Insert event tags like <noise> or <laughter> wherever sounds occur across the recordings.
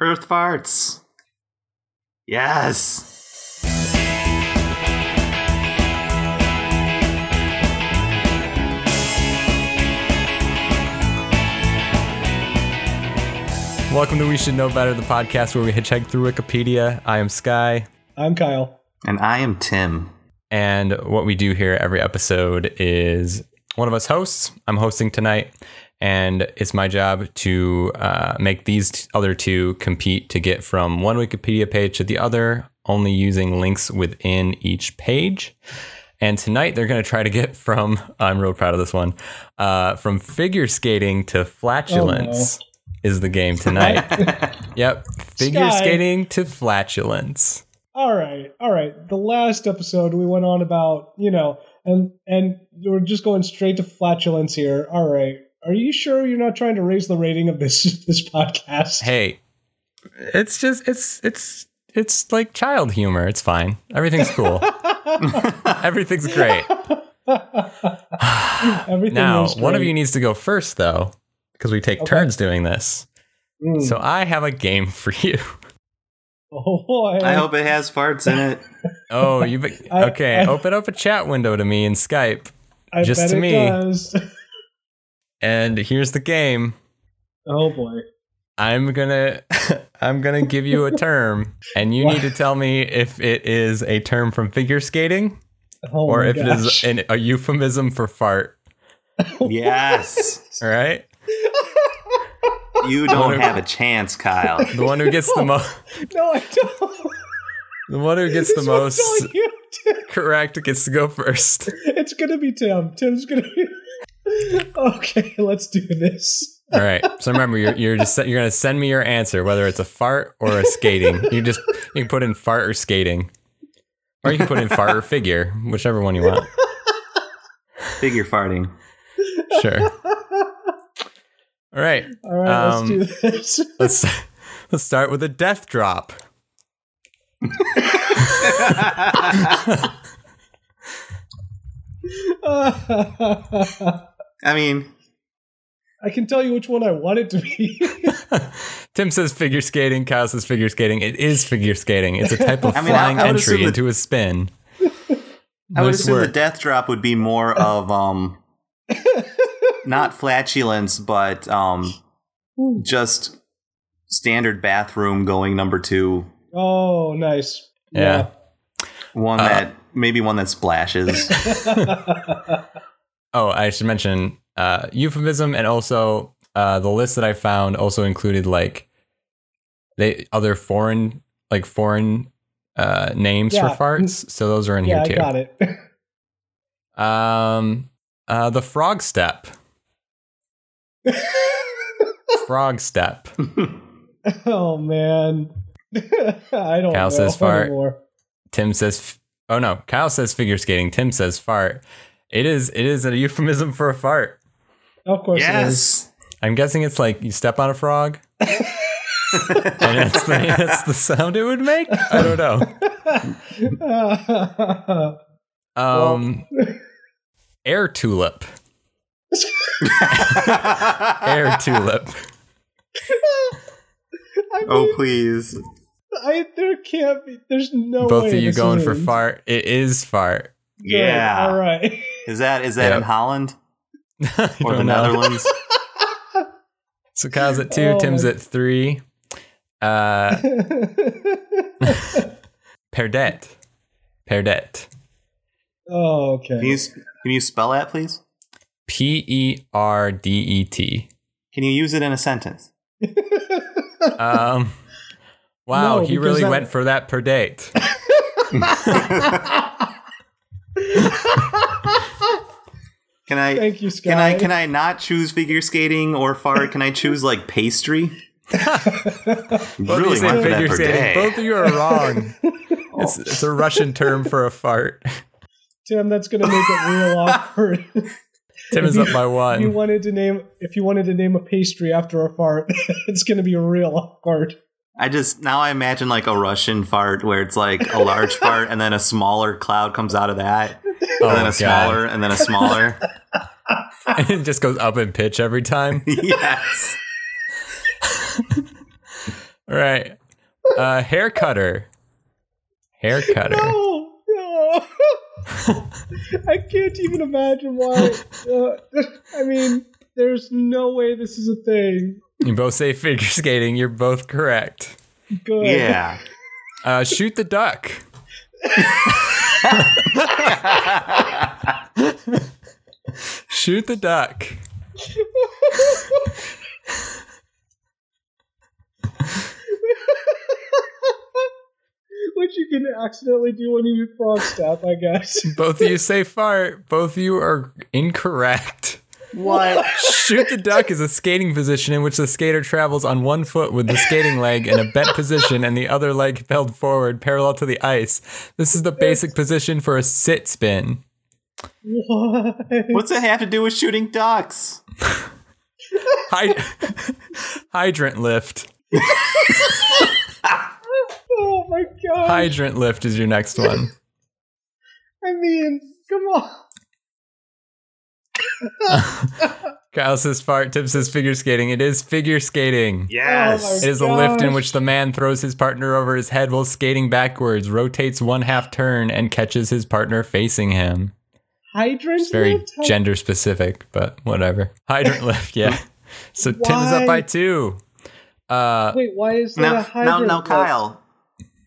Earth farts. Yes. Welcome to We Should Know Better, the podcast where we hitchhike through Wikipedia. I am Sky, I'm Kyle. And I am Tim. and what we do here every episode is one of us hosts. I'm hosting tonight, and it's my job to uh, make these t- other two compete to get from one Wikipedia page to the other, only using links within each page. And tonight they're going to try to get <laughs> from, I'm real proud of this one, uh, from figure skating to flatulence is the game tonight. Yep. Figure Sky. skating to flatulence. All right, all right. The last episode we went on about you know, and and we're just going straight to flatulence here. All right, are you sure you're not trying to raise the rating of this <laughs> this podcast? Hey, it's just it's it's it's like child humor. It's fine. Everything's <laughs> cool. Everything's great. Everything now, is one of great. you needs to go first though, because we take Okay. turns doing this. Mm. So I have a game for you. <laughs> <laughs> oh boy, I hope it has farts in it. Oh, you have <laughs> I- okay? I- open up a chat window to me in Skype, I just bet to it me. does. <laughs> and here's the game. Oh boy, I'm gonna <laughs> I'm gonna give you a term, and you need to tell me if it is a term from figure skating oh or my if it is gosh. an, a euphemism for fart. <laughs> Yes. All right, <laughs> You don't have a chance, Kyle. the one who gets the most <laughs> no, I don't. the one who gets the <laughs> This one's most all you, Tim. <laughs> correct gets to go first. It's gonna be Tim. Tim's gonna be. <laughs> okay, let's do this. All right. So remember, you're you're just you're gonna send me your answer, whether it's a fart or a skating. You just you can put in fart or skating, or you can put in fart or figure, whichever one you want. Figure <laughs> farting. Sure. All right. All right, Um, let's do this. <laughs> Let's let's start with a death drop. <laughs> I I mean, can tell you which one I want it to be. <laughs> Tim says figure skating. Kyle says figure skating. It is figure skating. It's a type of I mean, I- flying I would assume entry that- into a spin. I would Nice assume the work. death drop would be more of <laughs> um not flatulence, but um just standard bathroom going number two. oh, nice. Yeah. One Uh, that maybe one that splashes. <laughs> Oh, I should mention uh, euphemism, and also uh, the list that I found also included like they other foreign like foreign uh, names Yeah. for farts. So those are in yeah, I here too. got it. <laughs> Um, uh, the frog step. frog <laughs> step. oh man, <laughs> I Kyle don't know says fart. anymore. Tim says, f- "Oh no!" Kyle says figure skating. Tim says fart. It is. It is a euphemism for a fart. Of course, it is. yes. I'm guessing it's like you step on a <laughs> frog, and that's the, that's the sound it would make. I don't know. <laughs> Um, air tulip, <laughs> Ah, air tulip. I mean, Oh please. I, there can't be. There's no way. Both of you Oh, this going for is. fart. It is fart. <laughs> Good. Yeah. All right. <laughs> Is that is that Yeah. in Holland <laughs> I or the don't know. Netherlands? So Kyle's at two. Oh, Tim's my- at three. Uh, perdet, perdet. oh, okay. Can you s- can you spell that please? P E R D E T. Can you use it in a sentence? Um, <laughs> wow, No, he because really I- went for that per date. Can I Thank you, Scott. Can I can I not choose figure skating or far? Can I choose like pastry? <laughs> Both really of you say went for that figure per skating. day. Both of you are <laughs> wrong. It's, it's a Russian term for a fart. Tim, that's gonna make <laughs> it real awkward. Tim is up by if you one. wanted to name if you wanted to name a pastry after a fart, <laughs> it's gonna be real awkward. I just now I imagine like a Russian fart where it's like a <laughs> large fart and then a smaller cloud comes out of that, Oh, and then a God. smaller, and then a <laughs> smaller. <laughs> And <laughs> it just goes up in pitch every time. yes. All All right. Uh, hair cutter. Hair cutter. No, no. <laughs> I can't even imagine why. Uh, I mean, there's no way this is a thing. You both say figure skating. You're both correct. Good. <laughs> Yeah. Uh, shoot the duck. Shoot the duck. Which you can accidentally do when you do frog step, I guess. Both of you say fart. Both of you are incorrect. What? Shoot the duck is a skating position in which the skater travels on one foot with the skating leg in a bent position and the other leg held forward parallel to the ice. This is the basic position for a sit spin. What? What's that have to do with shooting ducks? Oh, Hyd- <laughs> hydrant lift. Oh my god. Hydrant lift is your next one. I mean, come on. Kyle says fart, Tip says figure skating. It is figure skating. Yes. It is a lift in Gosh. which the man throws his partner over his head while skating backwards, rotates one half turn, and catches his partner facing him. Hydrant It's very lift? How- gender specific, but whatever. Hydrant lift, yeah. So Tim is up Why? by two. Uh, Wait, why is that a now, now, hydrant? now, lift? Kyle,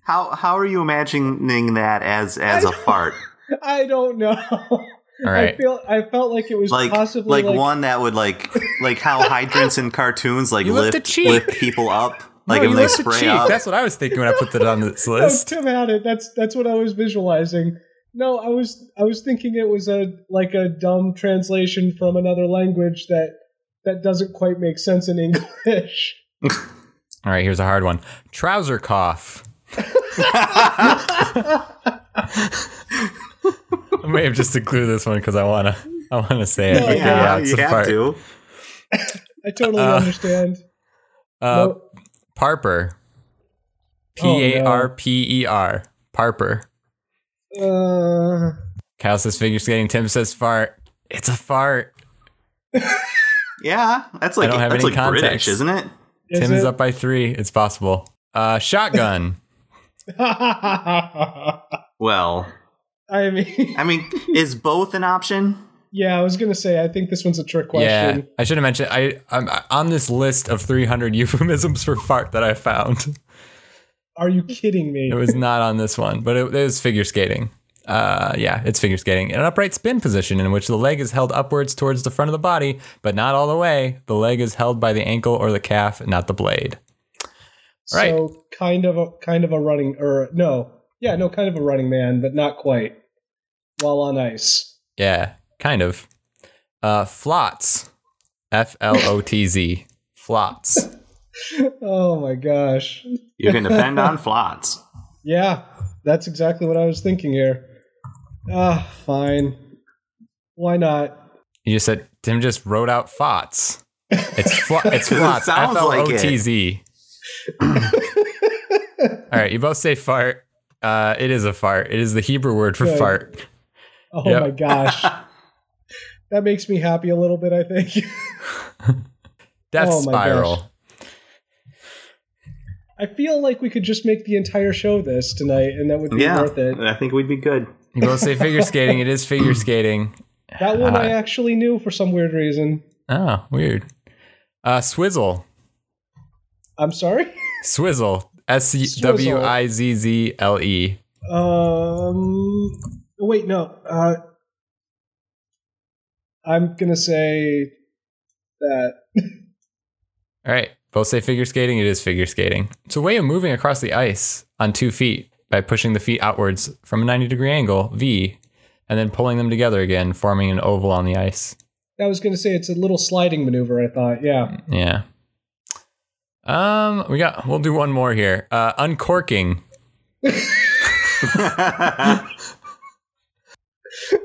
how how are you imagining that as as a fart? I don't know. <laughs> all I right. feel I felt like it was Like possibly like, one that would like like how hydrants in cartoons like You lift lift a cheek. lift people up like No, Oh, if you they lift the spray cheek. up. That's what I was thinking when I put that on <laughs> this No, list. Tim had it. That's that's what I was visualizing. No, I was I was thinking it was a like a dumb translation from another language that that doesn't quite make sense in <laughs> English. All right, here's a hard one. Trouser cough. I may have just included this one because I wanna, I wanna say it. Yeah, Okay, yeah, it's you a have fart. to. I totally Uh, understand. Uh, No, Parper. Oh, P no. A R P E R. Parper. uh, Kyle says figure skating. Tim says fart. It's a fart. Yeah, that's like don't have that's any like British, context. isn't it? is Tim is it? up by three. It's possible. Uh, <laughs> shotgun. Well, I mean, I mean, is both an option? <laughs> yeah, I was gonna say I think this one's a trick question. Yeah, I should have mentioned. I I'm on this list of 300 euphemisms for fart that I found. Are you kidding me? It was not on this one, but it, it was figure skating. Uh, yeah, it's figure skating. An upright spin position in which the leg is held upwards towards the front of the body, but not all the way. The leg is held by the ankle or the calf, not the blade. right. So kind of a kind of a running or no, yeah, no, kind of a running man, but not quite. While on ice. Yeah, kind of. Uh, flots. F L O T Z. Flots. Oh my gosh. You can depend <laughs> on flots. Yeah, that's exactly what I was thinking here. Ah, fine. Why not? You just said Tim just wrote out fots. It's flo- <laughs> it's It flots. F sounds L like O it. T Z. All right, you both say fart. Uh, it is a fart. It is the Hebrew word for Good. fart. Oh Yep. my gosh. <laughs> that makes me happy a little bit, I think. <laughs> Death Oh my gosh. spiral. I feel like we could just make the entire show this tonight and that would be Yeah, worth it. I think we'd be good. <laughs> You both say <laughs> figure skating. It is figure skating. That one I actually knew for some weird reason. Oh, weird. Uh, swizzle. I'm sorry. <laughs> Swizzle. S W I Z Z L E. Um wait, no. Uh I'm going to say that All right. Both say figure skating. It is figure skating. It's a way of moving across the ice on two feet by pushing the feet outwards from a 90 degree angle, V, and then pulling them together again, forming an oval on the ice. I was going to say it's a little sliding maneuver, I thought. Yeah. Yeah. Um, we got, we'll do one more here. Uh, uncorking.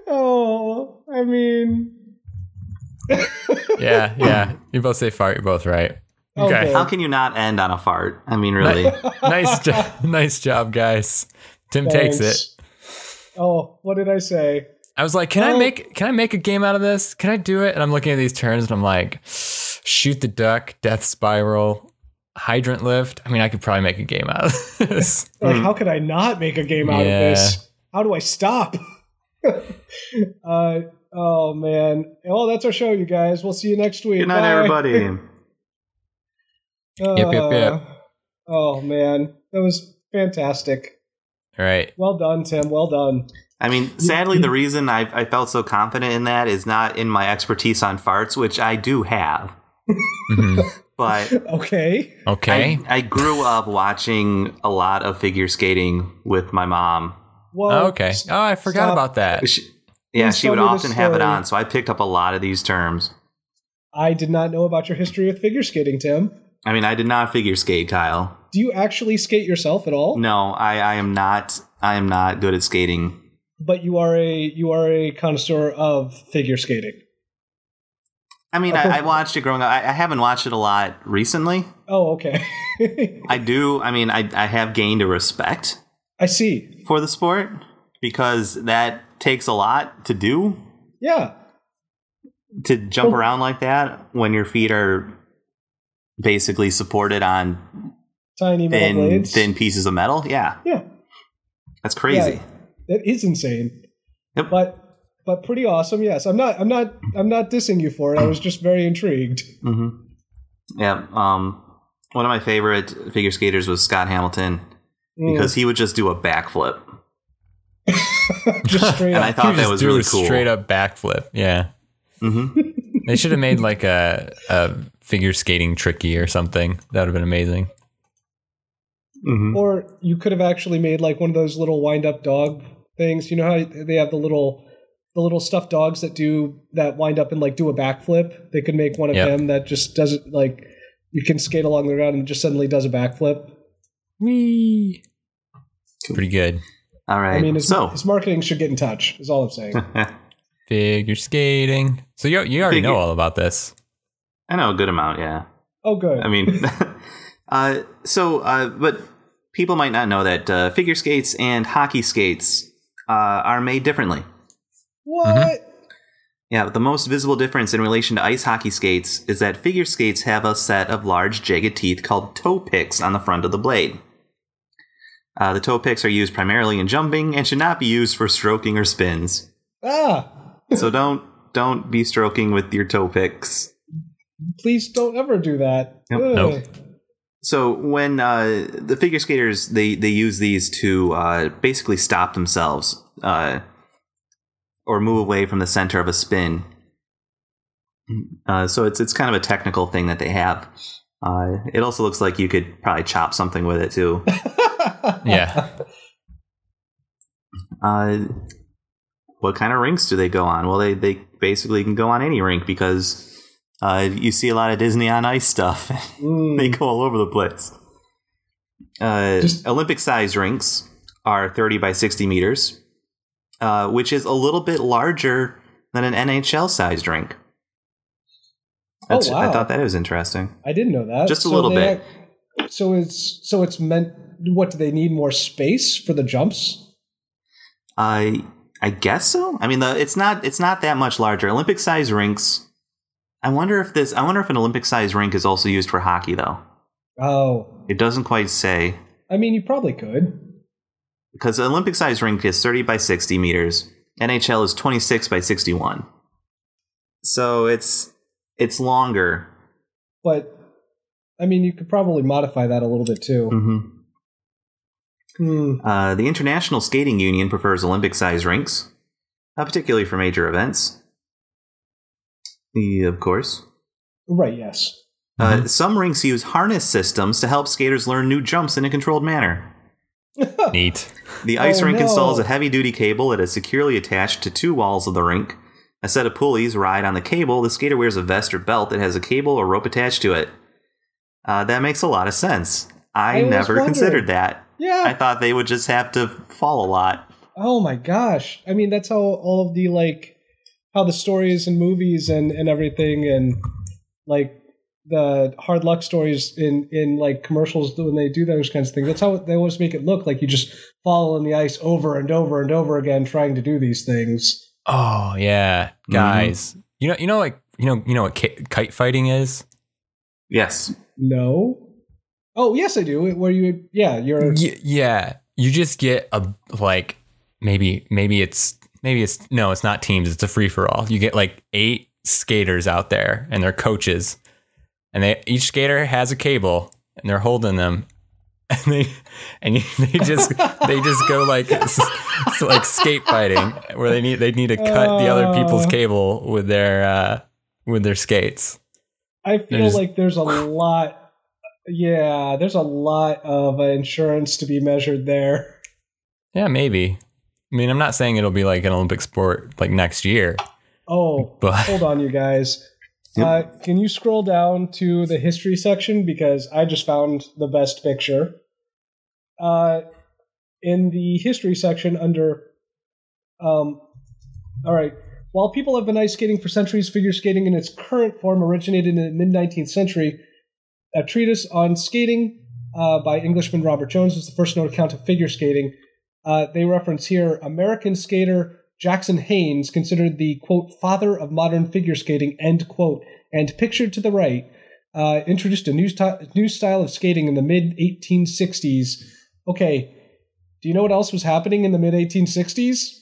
Oh, I mean, Yeah. <laughs> Yeah. you both say fart. You're both right. Okay. Okay. How can you not end on a fart? I mean, really. <laughs> nice job. <laughs> nice job, guys. Tim takes it. thanks. Oh, what did I say? I was like, can I Well- make can I make a game out of this? Can I do it? And I'm looking at these turns and I'm like, shoot the duck, death spiral, hydrant lift. I mean, I could probably make a game out of this. <laughs> Like, how could I not make a game out of this? How do I stop? <laughs> uh, oh man. Well, that's our show, you guys. We'll see you next week. Good night, Bye. everybody. Uh, Yep, yep, yep. Oh man, that was fantastic. All right. Well done, Tim. Well done. I mean, sadly, the reason I, I felt so confident in that is not in my expertise on farts, which I do have, Mhm. but Okay. Okay. I, I grew up watching a lot of figure skating with my mom. Well, okay. Oh, I forgot Stop. about that. She, yeah, Please she tell would me the often have it story. on, so I picked up a lot of these terms. I did not know about your history with figure skating, Tim. I mean, I did not figure skate, Kyle. Do you actually skate yourself at all? No, I, I am not. I am not good at skating. But you are a you are a connoisseur of figure skating. I mean, I, I watched it growing up. I, I haven't watched it a lot recently. Oh, okay. <laughs> I do. I mean, I, I have gained a respect I see. for the sport because that takes a lot to do Yeah. to jump around like that when your feet are basically supported on Tiny metal thin blades. thin pieces of metal. Yeah, Yeah. that's crazy. Yeah, that is insane. Yep. But but pretty awesome. Yes, I'm not I'm not I'm not dissing you for it. I was just very intrigued. hmm Yeah. Um, one of my favorite figure skaters was Scott Hamilton Mm. because he would just do a backflip. <laughs> <laughs> just straight And I up. thought You that just was do really a cool. Straight up backflip. Yeah. hmm They should have made like a, a figure skating tricky or something. That would have been amazing. <laughs> hmm Or you could have actually made like one of those little wind up dog things. You know how they have the little the little stuffed dogs that do that wind up and like do a backflip. They could make one of Yep. them that just doesn't like you can skate along the ground and just suddenly does a backflip. Wee. Pretty good. All right. I mean, his, so. his marketing should get in touch. Is all <laughs> I'm saying. Figure skating. So you you already know Figure- all about this. I know a good amount, yeah. oh, good. I mean, <laughs> uh, so, uh, but people might not know that uh, figure skates and hockey skates uh, are made differently. what? mm-hmm. Yeah, but the most visible difference in relation to ice hockey skates is that figure skates have a set of large jagged teeth called toe picks on the front of the blade. Uh, the toe picks are used primarily in jumping and should not be used for stroking or spins. Ah, So don't don't be stroking with your toe picks. please don't ever do that. Yep. Ugh. Nope. So when uh, the figure skaters they they use these to uh, basically stop themselves uh, or move away from the center of a spin. Uh, so it's it's kind of a technical thing that they have. Uh, it also looks like you could probably chop something with it too. <laughs> Yeah. Uh, what kind of rinks do they go on? Well, they they basically can go on any rink because uh, you see a lot of Disney on Ice stuff. <laughs> Mm. they go all over the place. Uh, Just- Olympic sized rinks are 30 by 60 meters, uh, which is a little bit larger than an NHL sized rink. Oh, That's- I wow. thought that was interesting. I didn't know that. Just a little they bit. ac- so it's so it's meant. What do they need more space for the jumps? I I guess so. I mean, the, it's not it's not that much larger. Olympic sized rinks. I wonder if this. I wonder if an Olympic sized rink is also used for hockey, though. Oh, It doesn't quite say. I mean, you probably could. because the Olympic sized rink is 30 by 60 meters. NHL is 26 by 61. So it's it's longer. But I mean, you could probably modify that a little bit too. Mm-hmm. Hmm. Uh, the International Skating Union prefers Olympic sized rinks, uh, particularly for major events. The, of course. Right. Yes. Uh, some rinks use harness systems to help skaters learn new jumps in a controlled manner. Neat. The ice Oh, rink no. installs a heavy duty cable that is securely attached to two walls of the rink. A set of pulleys ride on the cable. The skater wears a vest or belt that has a cable or rope attached to it. Uh, that makes a lot of sense. I, I always never wondered. considered that. I Yeah. thought they would just have to fall a lot. oh my gosh. I mean, that's how all of the like how the stories and movies and and everything and like the hard luck stories in in like commercials when they do those kinds of things. That's how they always make it look like you just fall on the ice over and over and over again trying to do these things. Oh yeah, Mhm. guys. You know you know like you know you know what ki- kite fighting is. Yes. No. Oh yes, I do. Where you? Yeah, <laughs> you're. <laughs> Y- yeah, you just get a like maybe maybe it's maybe it's no, it's not teams. It's a free for all. You get like eight skaters out there and their coaches, and they each skater has a cable and they're holding them. <laughs> And they and <laughs> you, they just they just go like <laughs> s- s- like skate fighting where they need they need to cut the other people's Oh. cable with their uh, with their skates. I feel There's- like there's a lot. Yeah, there's a lot of uh, insurance to be measured there. Yeah, maybe. I mean, I'm not saying it'll be like an Olympic sport like next year, Oh, <laughs> but hold on, you guys. Yep. Uh, can you scroll down to the history section because I just found the best picture. Uh, in the history section under, um, all right. While people have been ice skating for centuries, figure skating in its current form originated in the mid 19th century. A treatise on skating uh, by Englishman Robert Jones was the first known account of figure skating. Uh, they reference here American skater Jackson Haynes, considered the quote father of modern figure skating, end quote, and pictured to the right, uh, introduced a new, st- new style of skating in the mid 1860s. Okay, do you know what else was happening in the mid 1860s?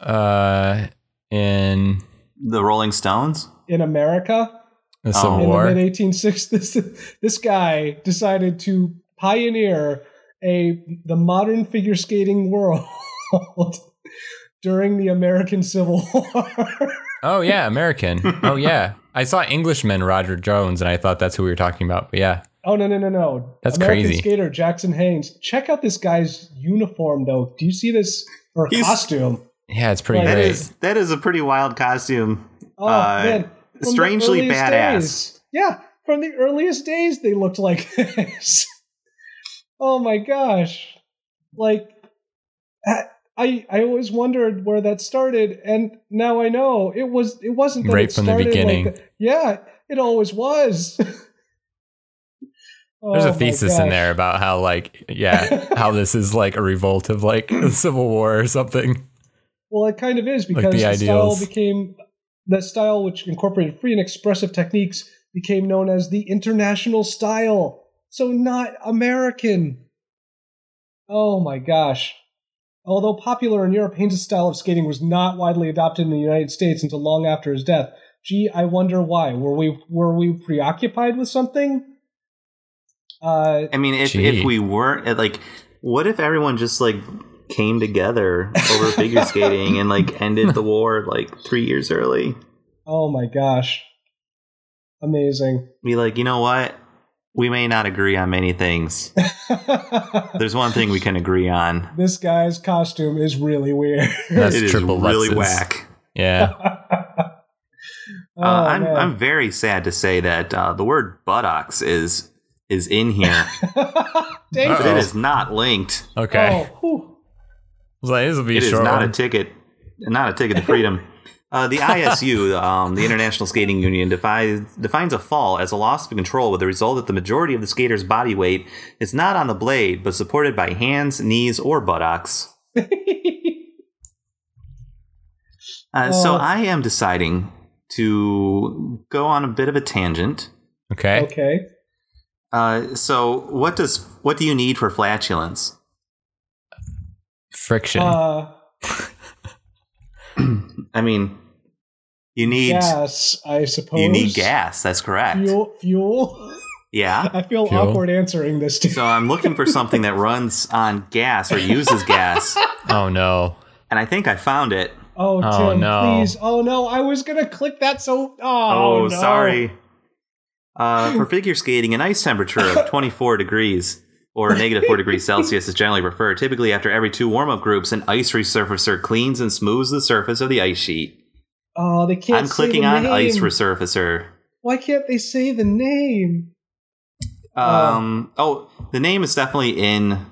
uh, in The Rolling Stones. In America, the Oh. Civil In in War, the mid 1860s, <laughs> this, this guy decided to pioneer a the modern figure skating world <laughs> during the American Civil War. <laughs> oh yeah, American. oh yeah, I saw Englishman Roger Jones, and I thought that's who we were talking about. But yeah, Oh no no no no! That's American crazy. Skater Jackson Haynes. Check out this guy's uniform though. Do you see this or He's- costume? yeah, it's pretty Like- That great. is that is a pretty wild costume. Oh Uh, man! From the strangely earliest badass. days. Yeah, from the earliest days they looked like <laughs> this. oh my gosh! Like, I I always wondered where that started, and now I know it was it wasn't that Right it from the started like beginning. that. yeah, it always was. <laughs> There's Oh, a my thesis in gosh. there about how like <laughs> yeah, how this is like a revolt of like <laughs> the Civil War or something. Well, it kind of is because Like the the, style ideals. became that style, which incorporated free and expressive techniques, became known as the international style. So not American. Oh my gosh. Although popular in Europe, Haynes' style of skating was not widely adopted in the United States until long after his death. Gee, I wonder why. Were we were we preoccupied with something? Uh, I mean, if Gee. if we weren't like, what if everyone just like came together over figure skating and like ended the war like three years early? oh my gosh, amazing. <laughs> Be like, you know what? We may not agree on many <laughs> things. There's one thing we can agree on. this guy's costume is really weird. That's it is triple really Lutzes. whack. Yeah, Oh, uh, I'm man. I'm very sad to say that uh, the word buttocks is is in <laughs> here, <laughs> Dang but it Uh-oh. is not linked. okay. Oh, <laughs> whew. I was like, this will be It a is short not one. a ticket, not a ticket to <laughs> freedom. Uh, the ISU, um, the International Skating Union, defines, defines a fall as a loss of control with the result that the majority of the skater's body weight is not on the blade, but supported by hands, knees, or buttocks. Uh, so Oh. I am deciding to go on a bit of a tangent. okay. okay. Uh, so what does what do you need for flatulence? <clears throat> friction. Uh, I mean, you need gas, I suppose. you need gas. That's correct. Fuel. Fuel. <laughs> Yeah. I feel Fuel. awkward answering this. To So I'm looking for something that runs on gas or uses gas, oh no. and I think I found it. <laughs> oh, Oh, Tim, no. please. Oh no, I was gonna click that. So oh, no. sorry. Uh, <laughs> for figure skating, an ice temperature of 24 degrees or negative 4 degrees Celsius is generally preferred. Typically, after every two warm up groups, an ice resurfacer cleans and smooths the surface of the ice sheet. Oh, they can't. I'm say clicking the on ice name. resurfacer. Why can't they say the name? Um, oh, the name is definitely in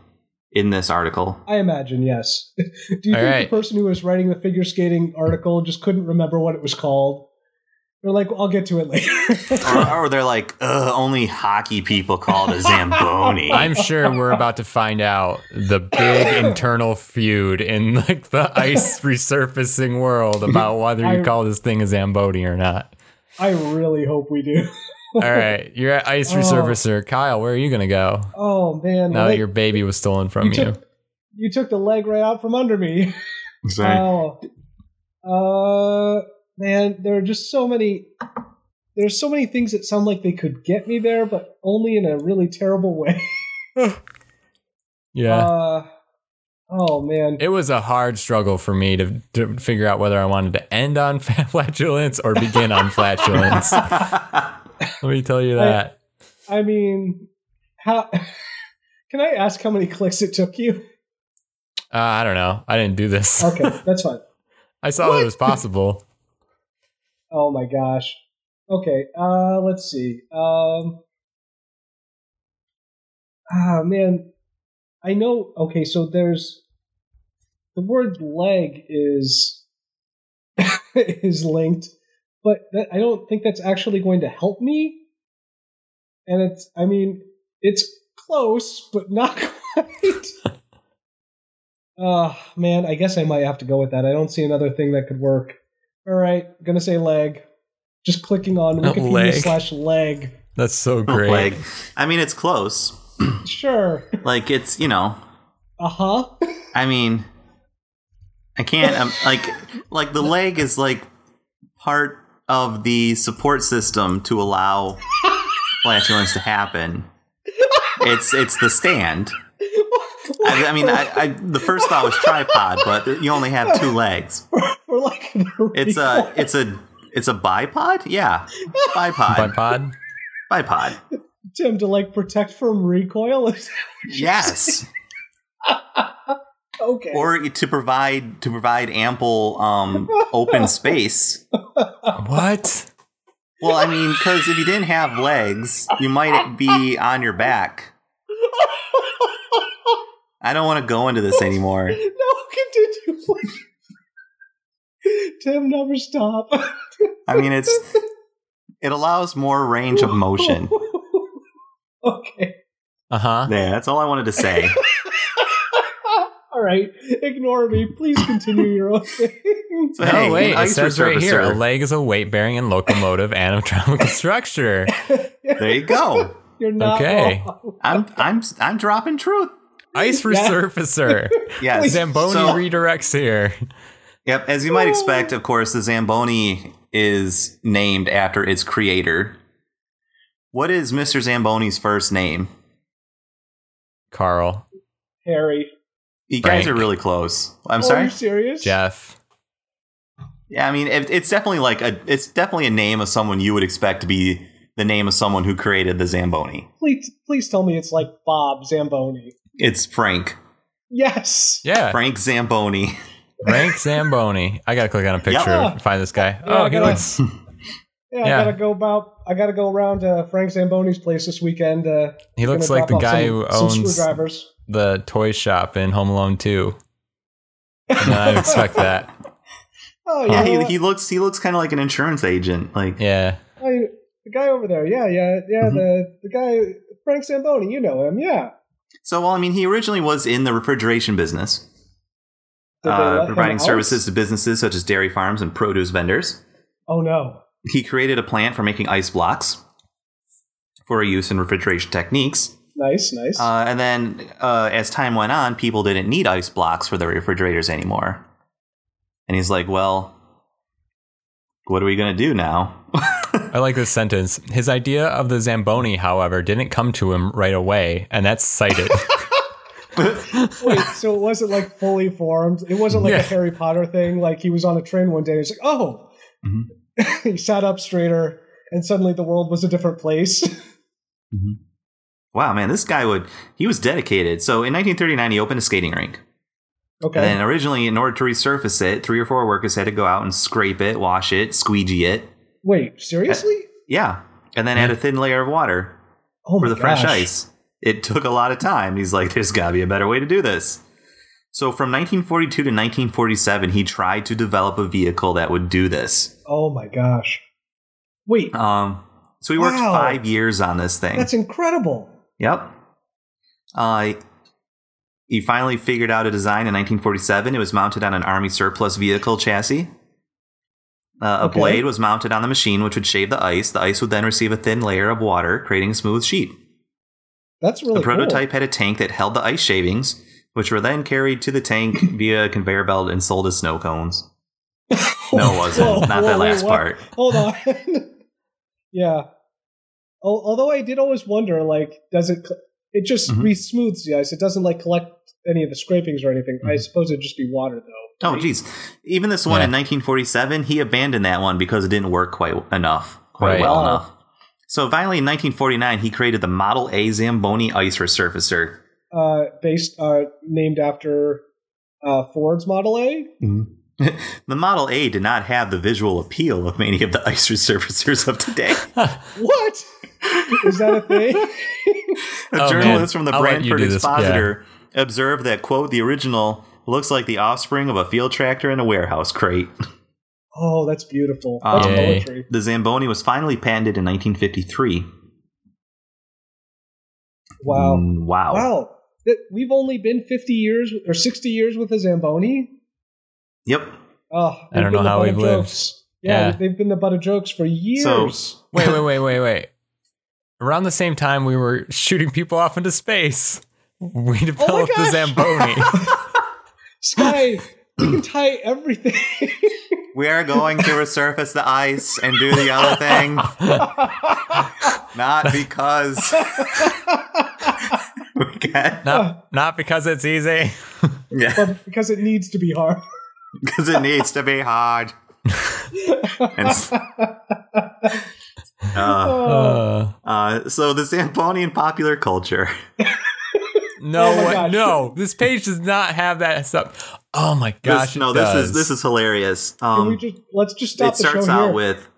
in this article. I imagine, yes. <laughs> Do you All think right. the person who was writing the figure skating article just couldn't remember what it was called? They're like, I'll get to it later. <laughs> or, or they're like, Ugh, only hockey people call it a <laughs> zamboni. I'm sure we're about to find out the big internal feud in like the <laughs> ice resurfacing world about whether you I- call this thing a Zamboni or not. I really hope we do. All right, you're at ice <laughs> Oh. resurfacer. Kyle, where are you gonna go? Oh man, Now Well, that your baby was stolen from You you. took- you took the leg right out from under me. Sorry. Oh, uh, man, there are just so many. There's so many things that sound like they could get me there, but only in a really terrible way. yeah. Uh, oh man. it was a hard struggle for me to, to figure out whether I wanted to end on <laughs> flatulence or begin on <laughs> flatulence. Let me tell you that. I mean, how? <laughs> Can I ask how many clicks it took you? Uh, I don't know. I didn't do this. Okay, that's fine. <laughs> I saw that it was possible. Oh my gosh. Okay, uh, let's see. Um, ah, man. I know. Okay, so there's the word leg is <laughs> is linked, but that, I don't think that's actually going to help me. And it's, I mean, it's close, but not <laughs> quite. Ah, man, I guess I might have to go with that. I don't see another thing that could work. All right, gonna say leg. Just clicking on Not Wikipedia leg. slash leg. That's Oh so <laughs> great. Like, I mean, it's close. Sure. Like, it's, you know, Uh huh. I mean, I can't. Um, like, like the leg is like part of the support system to allow flatulence to happen. It's it's the stand. I, I mean, I, I the first thought was tripod, but you only have two legs. We're like <laughs> the It's uh, a it's a it's a bipod. Yeah, bipod, Bipod. bipod. Tim to like protect from recoil. <laughs> Yes, okay. or to provide to provide ample um, open space <laughs> What? Well, I mean, because if you didn't have legs, you might be on your back. I don't want to go into this anymore. <laughs> no, continue. please. <laughs> Tim, never stop. <laughs> I mean, it's it allows more range of motion. <laughs> okay. Uh huh. Yeah, that's all I wanted to say. All right. Ignore me. Please continue your <laughs> own thing. So, hey, oh wait, an it ice says right here: a resurfacer. leg is a weight-bearing and locomotive <laughs> anatomical structure. There you go. You're not Okay. wrong. I'm I'm I'm dropping truth. Ice Yeah. <laughs> resurfacer. Yes. Zamboni So- redirects here. Yep. As you might expect, of course, the Zamboni is named after its creator. What is Mr. Zamboni's first name? Carl, Harry. You guys Frank. are really close. I'm Oh, Are sorry. you serious? Jeff. Yeah, I mean, it, it's definitely like a, it's definitely a name of someone you would expect to be the name of someone who created the Zamboni. Please, please tell me it's like Bob Zamboni. It's Frank, Yes. Yeah. Frank Zamboni. Frank Zamboni. I gotta click on a picture Yeah. and find this guy. Yeah, oh, I he gotta- looks. Yeah, Yeah. I gotta go about. I gotta go around to Frank Zamboni's place this weekend. Uh, He looks gonna like the drop off guy some- who some owns screwdrivers. the toy shop in Home Alone 2. And I expect that. Oh Yeah, yeah, <laughs> he, he looks he looks kind of like an insurance agent. Like, Yeah. I, the guy over there. Yeah, yeah, yeah. Mhm. The the guy Frank Zamboni. You know him. Yeah. so well, I mean, he originally was in the refrigeration business, Did they let uh, him providing out? services to businesses such as dairy farms and produce vendors. Oh no. He created a plant for making ice blocks for use in refrigeration techniques. Nice, nice. Uh, and then, uh, as time went on, people didn't need ice blocks for their refrigerators anymore. And he's like, "Well, what are we gonna do now?" <laughs> I like this sentence. His idea of the Zamboni, however, didn't come to him right away, and that's <laughs> cited. <laughs> Wait, so it wasn't like fully formed. It wasn't like Yeah. a Harry Potter thing. Like he was on a train one day. and He's like, oh. Mhm. <laughs> he sat up straighter, and suddenly the world was a different place. <laughs> wow, man, this guy would—he was dedicated. So in 1939, he opened a skating rink, okay. and then originally, in order to resurface it, three or four workers had to go out and scrape it, wash it, squeegee it. Wait, seriously? Yeah, and then add a thin layer of water Oh for my the fresh gosh. ice. It took a lot of time. He's like, there's got to be a better way to do this. So from 1942 to 1947, he tried to develop a vehicle that would do this. Oh my gosh. Wait, Um, so he worked Wow. five years on this thing. that's incredible. yep. Uh, he finally figured out a design in 1947. It was mounted on an army surplus vehicle chassis. Uh, a Okay. blade was mounted on the machine, which would shave the ice. The ice would then receive a thin layer of water, creating a smooth sheet. That's really the prototype had a tank that held the ice shavings, which were then carried to the <laughs> tank via a conveyor belt and sold as snow cones. Cool. No, it wasn't. Whoa, Not whoa, that wait, last what? part. Hold on. <laughs> yeah. Al- Although I did always wonder, like, does it? cl- It just Mhm. re-smooths the ice. It doesn't like collect any of the scrapings or anything. I suppose it'd just be water, though. Mm-hmm. Oh, geez. Even this one Yeah. in 1947, he abandoned that one because it didn't work quite enough, quite Right. well Wow. enough. So finally, in 1949, he created the Model A Zamboni ice resurfacer. Uh, based, uh, named after uh, Ford's Model A. The Model A did not have the visual appeal of many of the ice <laughs> resurfacers of today. What <laughs> is that <laughs> a thing? A Oh, journalist man. from the I'll let you Brantford do this. Yeah. Expositor observed that, quote, the original looks like the offspring of a field tractor and a warehouse crate. oh, that's beautiful. That's Um, Yay. poetry. The Zamboni was finally patented in 1953. Wow. Mm, wow. Wow. That, we've only been 50 years or 60 years with a Zamboni. Yep. Oh, I don't know how we've lived. Yeah, Yeah. they've been the butt of jokes for years. wait, wait, wait, wait, wait. Around the same time, we were shooting people off into space. We developed the Oh gosh. Zamboni. <laughs> Sky, <clears throat> we can tie everything. <laughs> We are going to resurface the ice and do the other <laughs> thing, not because <laughs> we can, not, not because it's easy. yeah, but because it needs to be hard. because it needs to be hard. And <laughs> s- uh, Oh, uh, so the Zamboni in popular culture. <laughs> no, Oh my way- gosh. no. This page does not have that stuff. Oh my gosh! this, no, it this does. is this is hilarious. can we Um, just, let's just stop it the starts show out here. with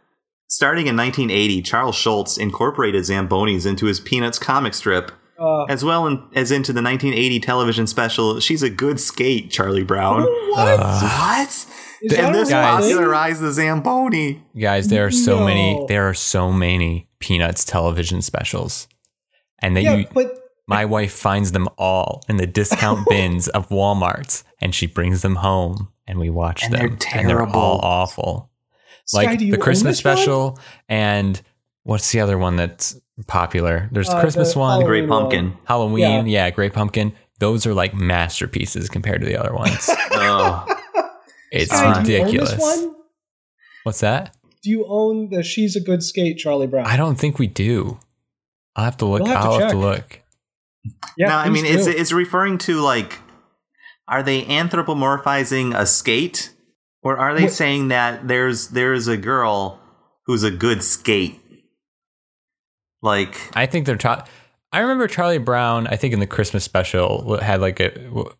starting in 1980, Charles Schultz incorporated Zambonis into his Peanuts comic strip, Uh, as well in, as into the 1980 television special "She's a Good Skate, Charlie Brown." Oh. what? Uh, What? Is that and a this real Guys. thing? popularized the Zamboni. guys. There are so many. No. There are so many Peanuts television specials, and that Yeah, you, but my wife finds them all in the discount <laughs> bins of Walmart's, and she brings them home, and we watch And they're them, and they're all terrible. awful. Sky, like do you the own Christmas this one? special and what's the other one that's popular? There's the Uh, Christmas the one, The Halloween. Great <laughs> Pumpkin. Halloween, yeah. Great Pumpkin. Those are like masterpieces compared to the other <laughs> ones. Ugh. It's Sky, do you own ridiculous. this one? What's that? Do you own the She's a Good Skate, Charlie Brown? I don't think we do. I'll have to look. We'll have to I'll have to check. look. yeah, no, I please mean it's do. it's referring to like, are they anthropomorphizing a skate, or are they Wait. saying that there's there's a girl who's a good skate? Like, I think they're taught. I remember Charlie Brown. I think in the Christmas special had like a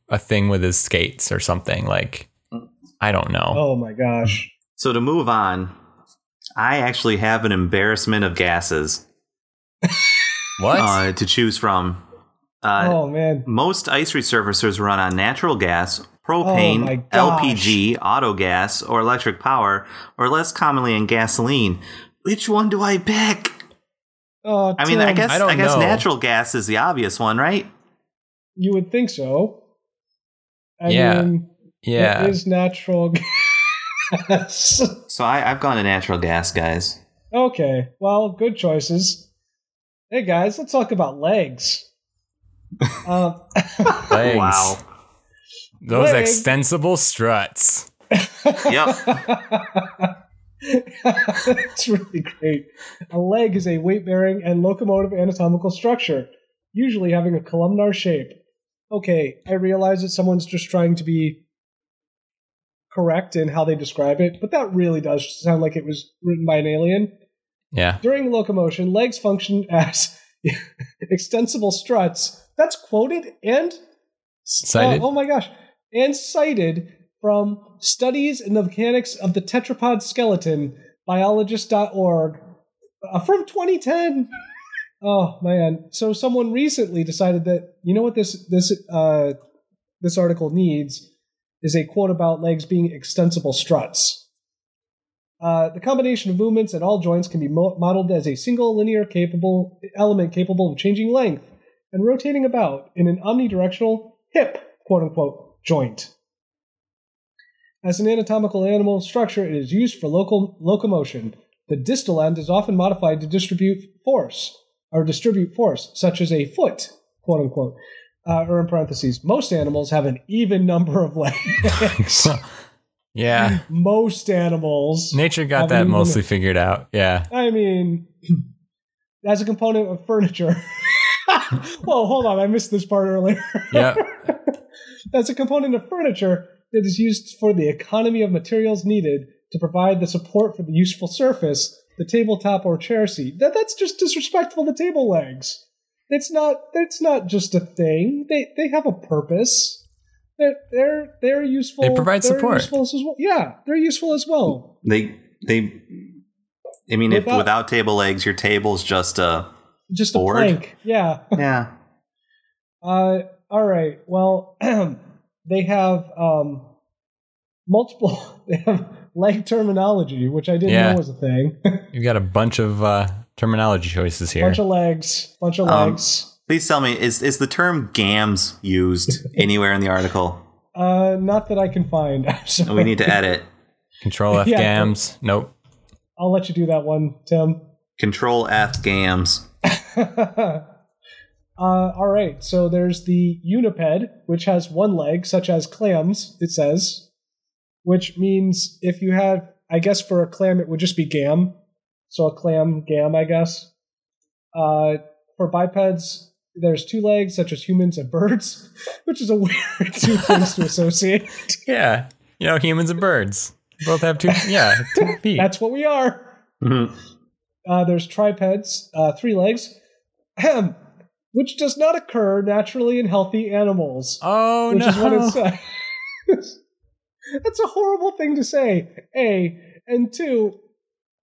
a thing with his skates or something. Like I don't know. Oh my gosh. so to move on, I actually have an embarrassment of gases What? uh, to choose from. Uh, oh man. Most ice resurfacers run on natural gas, Oh my propane, gosh. LPG, auto gas, or electric power, or less commonly in gasoline. Which one do I pick? Oh, I mean, I Tim, guess I I, don't guess know. natural gas is the obvious one, right? you would think so. I Yeah. mean, yeah. <laughs> it is natural <laughs> gas. So I, I've gone to natural gas, guys. okay, well, good choices. Hey guys, let's talk about legs. Um, Legs. Wow. Those Legs. extensible struts. Yep. <laughs> That's really great. A leg is a weight bearing and locomotive anatomical structure, usually having a columnar shape. Okay, I realize that someone's just trying to be correct in how they describe it, but that really does sound like it was written by an alien. Yeah. During locomotion, legs function as <laughs> extensible struts. That's quoted and Cited. Oh, oh my gosh, and cited from studies in the mechanics of the tetrapod skeleton, biologist.org, uh, from 2010. Oh man! So someone recently decided that you know what this this uh, this article needs is a quote about legs being extensible struts. Uh, the combination of movements at all joints can be mo- modeled as a single linear capable element capable of changing length and rotating about in an omnidirectional hip, quote unquote, joint. As an anatomical animal structure, it is used for local locomotion. The distal end is often modified to distribute force or distribute force, such as a foot, quote unquote. Uh, or in parentheses, most animals have an even number of legs. <laughs> yeah. <laughs> most animals. Nature got Have an that even- mostly figured out. Yeah. I mean, <clears throat> as a component of furniture. <laughs> well, hold on, I missed this part earlier. <laughs> Yep. As a component of furniture that is used for the economy of materials needed to provide the support for the useful surface, the tabletop or chair seat. That, that's just disrespectful to table legs. It's not. It's not just a thing. They they have a purpose. They're they're they're useful. They provide they're support. Useful as well. Yeah, they're useful as well. They they. I mean, if Without- without table legs, your table's just uh, a Just a Board? plank. Yeah. yeah. Uh, all right. Well, <clears throat> they have um, multiple. <laughs> They have leg terminology, which I didn't Yeah. know was a thing. <laughs> You've got a bunch of uh, terminology choices here. bunch of legs. Bunch of Um, legs. Please tell me, is is the term gams <laughs> used anywhere in the article? Uh, not that I can find. <laughs> I'm sorry. We need to edit. Control F <laughs> Yeah. gams. Nope. I'll let you do that one, Tim. Control F gams. <laughs> uh, all right. So there's the uniped, which has one leg, such as clams. It says, which means if you had, I guess, for a clam, it would just be gam. So a clam, gam, I guess. Uh, for bipeds, there's two legs, such as humans and birds, <laughs> which is a weird two things to associate. Yeah. You know, humans and birds both have two. Yeah, <laughs> two feet. That's what we are. Mm-hmm. Mhm. Uh, there's tripeds, uh, three legs, <clears throat> ahem, which does not occur naturally in healthy animals. oh which no. is what it says. <laughs> That's a horrible thing to say. A and two.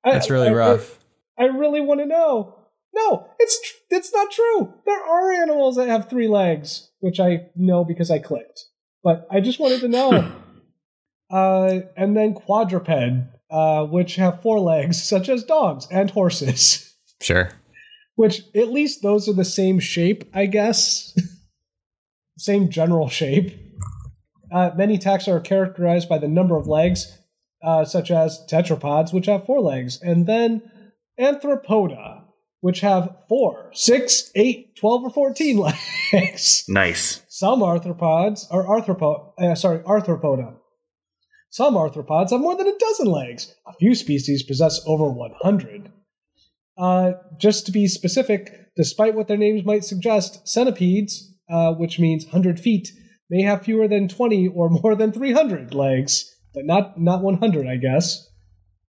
I- That's really <laughs> I- I- rough. I, really want to know. No, it's tr- it's not true. There are animals that have three legs, which I know because I clicked. But I just wanted to know. <laughs> uh, and then quadruped, uh, which have four legs, such as dogs and horses. <laughs> Sure. Which at least those are the same shape, I guess. <laughs> same general shape. Uh, many taxa are characterized by the number of legs, uh, such as tetrapods, which have four legs, and then anthropoda, which have four, six, eight, twelve, or fourteen <laughs> legs. Nice. Some arthropods are arthropod, uh, sorry, arthropoda. Some arthropods have more than a dozen legs. A few species possess over 100. Uh, just to be specific, despite what their names might suggest, centipedes, uh, which means 100 feet, may have fewer than 20 or more than 300 legs, but not, not 100, I guess.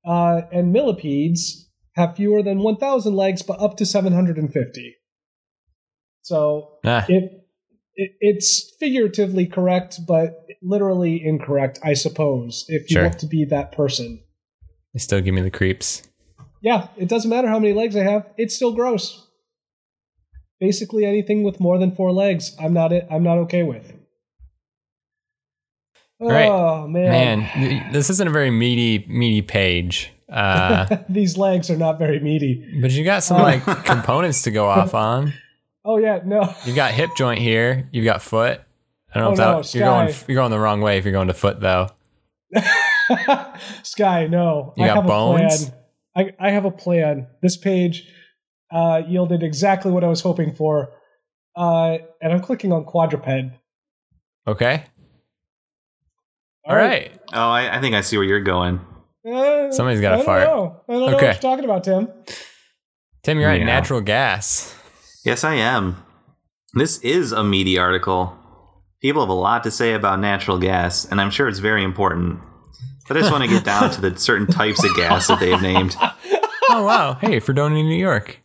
Uh, and millipedes have fewer than 1,000 legs, but up to 750. So Ah, it, it it's figuratively correct, but literally incorrect, I suppose. If you Sure. want to be that person, they still give me the creeps. yeah, it doesn't matter how many legs I have; it's still gross. Basically, anything with more than four legs, I'm not it. I'm not okay with. Right. Oh man, Man, th- this isn't a very meaty, meaty page. <laughs> Uh, these legs are not very meaty. but you got some Oh. like components to go off on. Oh yeah, no. <laughs> You've got hip joint here. You've got foot. I don't know Oh, if that no, you're going sky. you're going the wrong way if you're going to foot though. <laughs> Sky, no. You I got have bones? a plan. I, I have a plan. This page uh, yielded exactly what I was hoping for. Uh, and I'm clicking on quadruped. Okay. All right. Oh, I, I think I see where you're going. Uh, Somebody's gotta I don't fart. know. I don't Okay. know what you're talking about, Tim. Tim, you're right. Yeah. Natural gas. Yes, I am. This is a meaty article. People have a lot to say about natural gas, and I'm sure it's very important. But I just want to get down to the certain types of gas that they've named. Oh <laughs> wow. Hey, Fredonia, New York.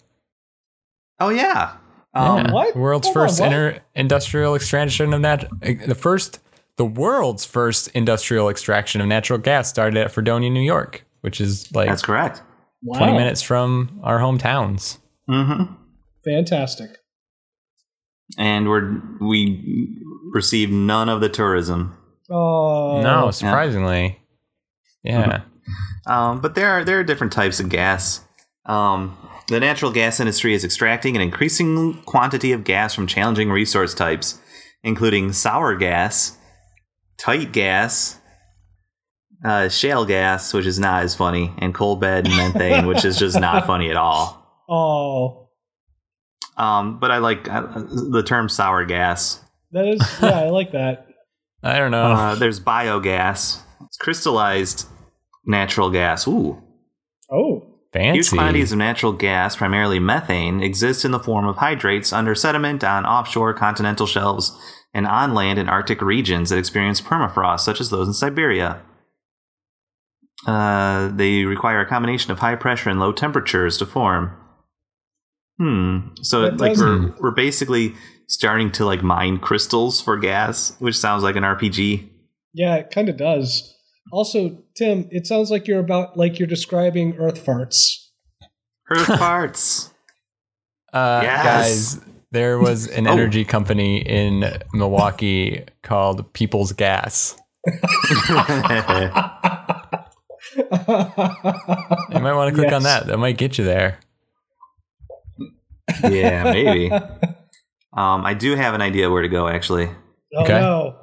Oh yeah. Um, Yeah. what? The world's Hold on, first what? inter- industrial extraction of nat eh, the first the world's first industrial extraction of natural gas started at Fredonia, New York, which is like That's correct. Wow. 20 minutes from our hometowns. hmm Fantastic. And we're we receive none of the tourism. Oh. no, surprisingly. Yeah. Uh-huh. Um, but there are there are different types of gas. Um, the natural gas industry is extracting an increasing quantity of gas from challenging resource types, including sour gas, tight gas, uh, shale gas, which is not as funny, and coal bed and methane, which is just not funny at all. Oh, Um, but I like uh, the term sour gas. that is <laughs> yeah, I like that. I don't know. Uh, there's biogas. It's crystallized natural gas. Ooh. Oh, Huge Fancy. quantities of natural gas, primarily methane, exist in the form of hydrates under sediment on offshore continental shelves and on land in Arctic regions that experience permafrost, such as those in Siberia. Uh, they require a combination of high pressure and low temperatures to form. Hmm. So, That like, does- we're we're basically starting to like mine crystals for gas, which sounds like an RPG. yeah, it kind of does. Also, Tim, it sounds like you're about like you're describing Earth farts. <laughs> Earth parts. Uh, Yes. Guys, there was an Oh. energy company in Milwaukee called People's Gas. You might want to click on Yes. that. That might get you there. <laughs> yeah, maybe. <laughs> oh Um, I do have an idea where to go actually. Okay. no!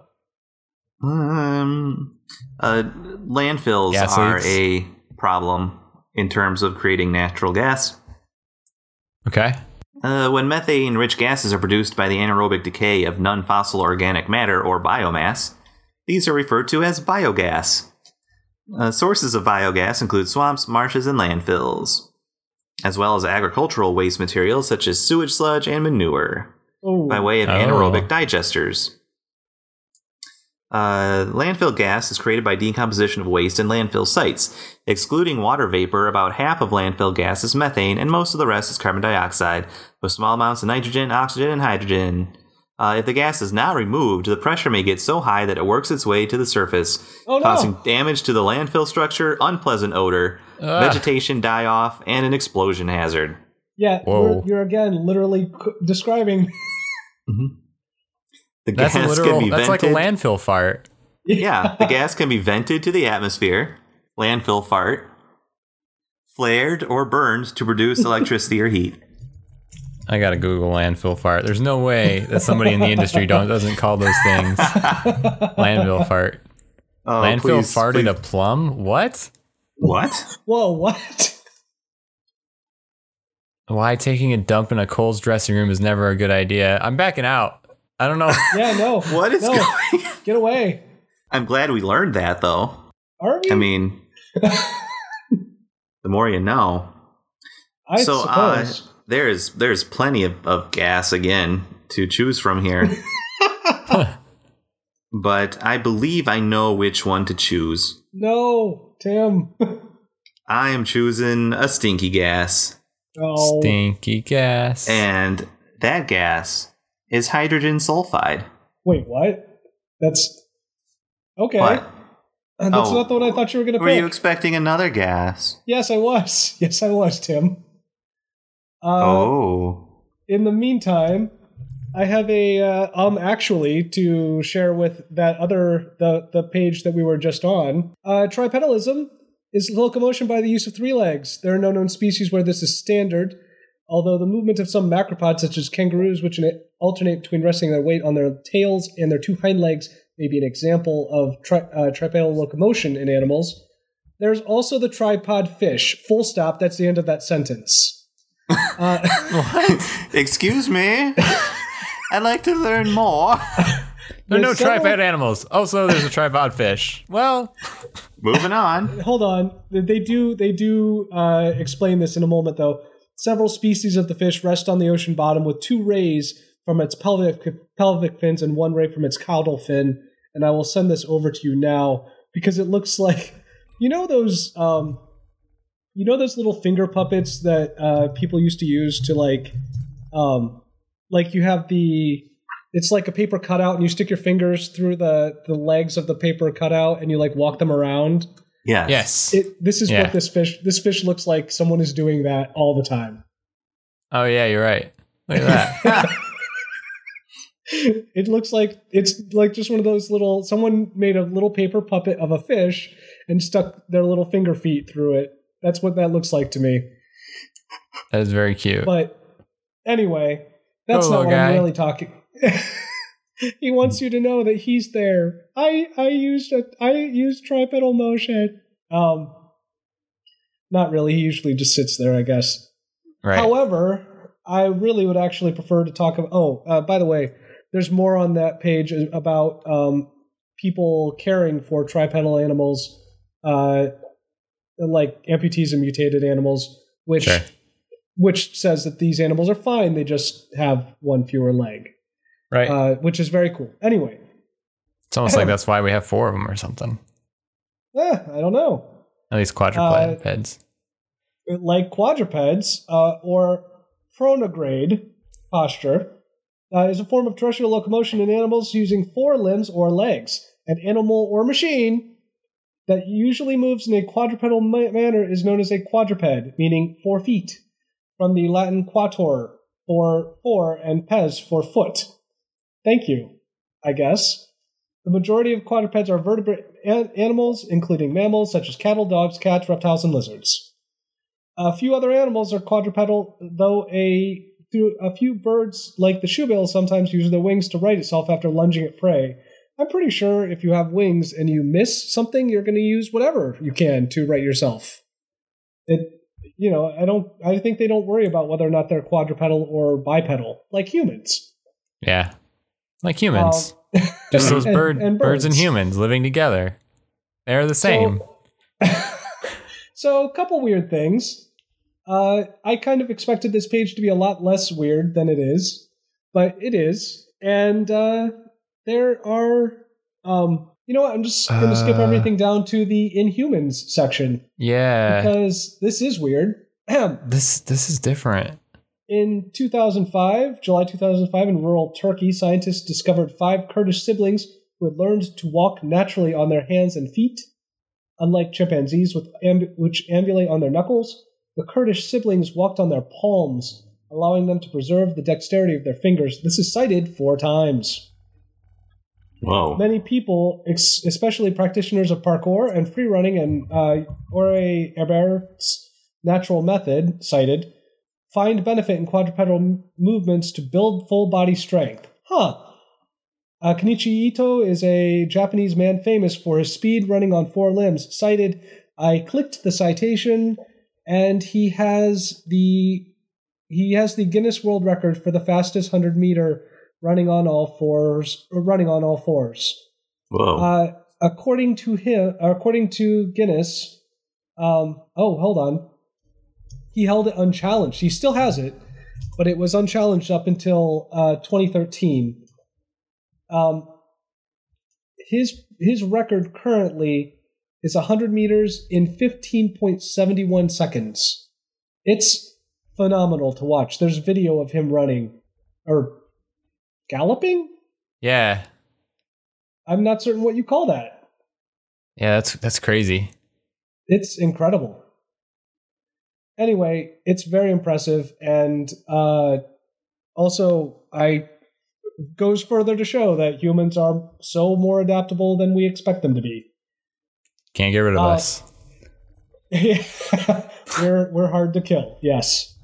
Um, uh, landfills Gas are leaks? a problem in terms of creating natural gas. Okay. Uh, when methane rich gases are produced by the anaerobic decay of non fossil organic matter or biomass, these are referred to as biogas. Uh, sources of biogas include swamps, marshes, and landfills, as well as agricultural waste materials such as sewage sludge and manure. Oh, by way of Oh. anaerobic digesters. Uh, landfill gas is created by decomposition of waste in landfill sites. Excluding water vapor, about half of landfill gas is methane, and most of the rest is carbon dioxide, with small amounts of nitrogen, oxygen, and hydrogen. Uh, if the gas is not removed, the pressure may get so high that it works its way to the surface, Oh, no. causing damage to the landfill structure, unpleasant odor, Ugh. vegetation die off, and an explosion hazard. yeah. Whoa. You're, you're again literally c- describing. <laughs> The That's a gas literal. can be That's like a vented- landfill fart. Yeah, <laughs> the gas can be vented to the atmosphere, landfill fart, flared or burned to produce electricity or heat. I gotta Google landfill fart. There's no way that somebody in the industry don't doesn't call those <laughs> things landfill fart. <laughs> Oh, landfill please, farted please- a plum. What? What? Whoa! What? <laughs> Why taking a dump in a Cole's dressing room is never a good idea. I'm backing out. I don't know. Yeah. No. What is No. going? <laughs> Get away. I'm glad we learned that though. Are we? I <laughs> mean, the more you know. I so uh, suppose. there's there's plenty of, of gas again to choose from <laughs> here. but I believe I know which one to choose. no, Tim. <laughs> I am choosing a stinky gas. <laughs> Oh, Stinky gas. and that gas is hydrogen sulfide. wait. What? That's okay. But Uh, That's Oh. not the one I thought you were going to were pick. you expecting another gas? yes, I was. Yes, I was, Tim. Uh, oh, in the meantime, I have a uh, um actually to share with that other the the page that we were just on. Uh, tripedalism is locomotion by the use of three legs. There are no known species where this is standard, although the movement of some macropods, such as kangaroos, which alternate between resting their weight on their tails and their two hind legs, may be an example of tri- uh, tripedal locomotion in animals. There's also the tripod fish. Full stop. That's the end of that sentence. Uh, <laughs> excuse <laughs> me. I'd like to learn more. there are no there's several- tripod animals. Also, there's a tripod fish. Well, Moving on. hold on. They do they do uh, explain this in a moment though. Several species of the fish rest on the ocean bottom with two rays from its pelvic pelvic fins and one ray from its caudal fin. And I will send this over to you now because it looks like you know those um, you know those little finger puppets that uh, people used to use to like um, like you have the it's like a paper cutout and you stick your fingers through the the legs of the paper cutout and you like walk them around Yes. yes. it, this is Yeah. what this fish this fish looks like someone is doing that all the time <laughs> oh yeah, you're right. Look at that. it looks like it's like just one of those little someone made a little paper puppet of a fish and stuck their little finger feet through it that's what that looks like to me That is very cute. but anyway that's Hello, not what guy. i'm really talking <laughs> he wants you to know that he's there. I I used a I used tripedal motion. Um, not really. He usually just sits there, I guess. Right. However, I really would actually prefer to talk about. Oh, uh, by the way, there's more on that page about um, people caring for tripedal animals, uh, like amputees and mutated animals, which Sure. which says that these animals are fine. They just have one fewer leg, Right. uh, which is very cool. Anyway, it's almost I <clears throat> like don't- that's why we have four of them or something. eh, I don't know. At least Uh, quadrupeds. like quadrupeds uh, or pronograde posture, uh, is a form of terrestrial locomotion in animals using four limbs or legs. An animal or machine that usually moves in a quadrupedal ma- manner is known as a quadruped, meaning four feet, from the Latin quator for four and pes for foot. Thank you, I guess. The majority of quadrupeds are vertebrate an- animals, including mammals such as cattle, dogs, cats, reptiles, and lizards. A few other animals are quadrupedal, though a through a few birds like the shoebill sometimes use their wings to right itself after lunging at prey. I'm pretty sure if you have wings and you miss something, you're going to use whatever you can to right yourself. It, you know, I don't. I think they don't worry about whether or not they're quadrupedal or bipedal, like humans. Um, Yeah. Like humans. Just those And- bird, and birds and birds. humans living together. They're the same. <laughs> So, a couple weird things. Uh, I kind of expected this page to be a lot less weird than it is, but it is. And uh, there are, um, you know what? I'm just going to skip Uh. everything down to the Inhumans section yeah. because this is weird. <clears throat> Ahem. this this is different. In 2005, July 2005, in rural Turkey, scientists discovered five Kurdish siblings who had learned to walk naturally on their hands and feet. Unlike chimpanzees, with amb- which ambulate on their knuckles, the Kurdish siblings walked on their palms, allowing them to preserve the dexterity of their fingers. This is cited four times. Whoa. Many people, ex- especially practitioners of parkour and free running and uh, Ore Herbert's natural method, cited, find benefit in quadrupedal m- movements to build full body strength. Huh. Uh, Kenichi Ito is a Japanese man famous for his speed running on four limbs. Cited, I clicked the citation, and he has the he has the Guinness World Record for the fastest hundred meter running on all fours, or running on all fours. Whoa. Uh, according to him, uh, according to Guinness, um, oh, hold on, he held it unchallenged. He still has it, but it was unchallenged up until uh, 2013. Um, his his record currently is 100 meters in 15.71 seconds. It's phenomenal to watch. There's video of him running or galloping. Yeah. I'm not certain what you call that. Yeah, that's that's crazy. it's incredible. Anyway, it's very impressive, and uh, also I goes further to show that humans are so more adaptable than we expect them to be. Can't get rid of Uh, us. <laughs> we're we're hard to kill. Yes.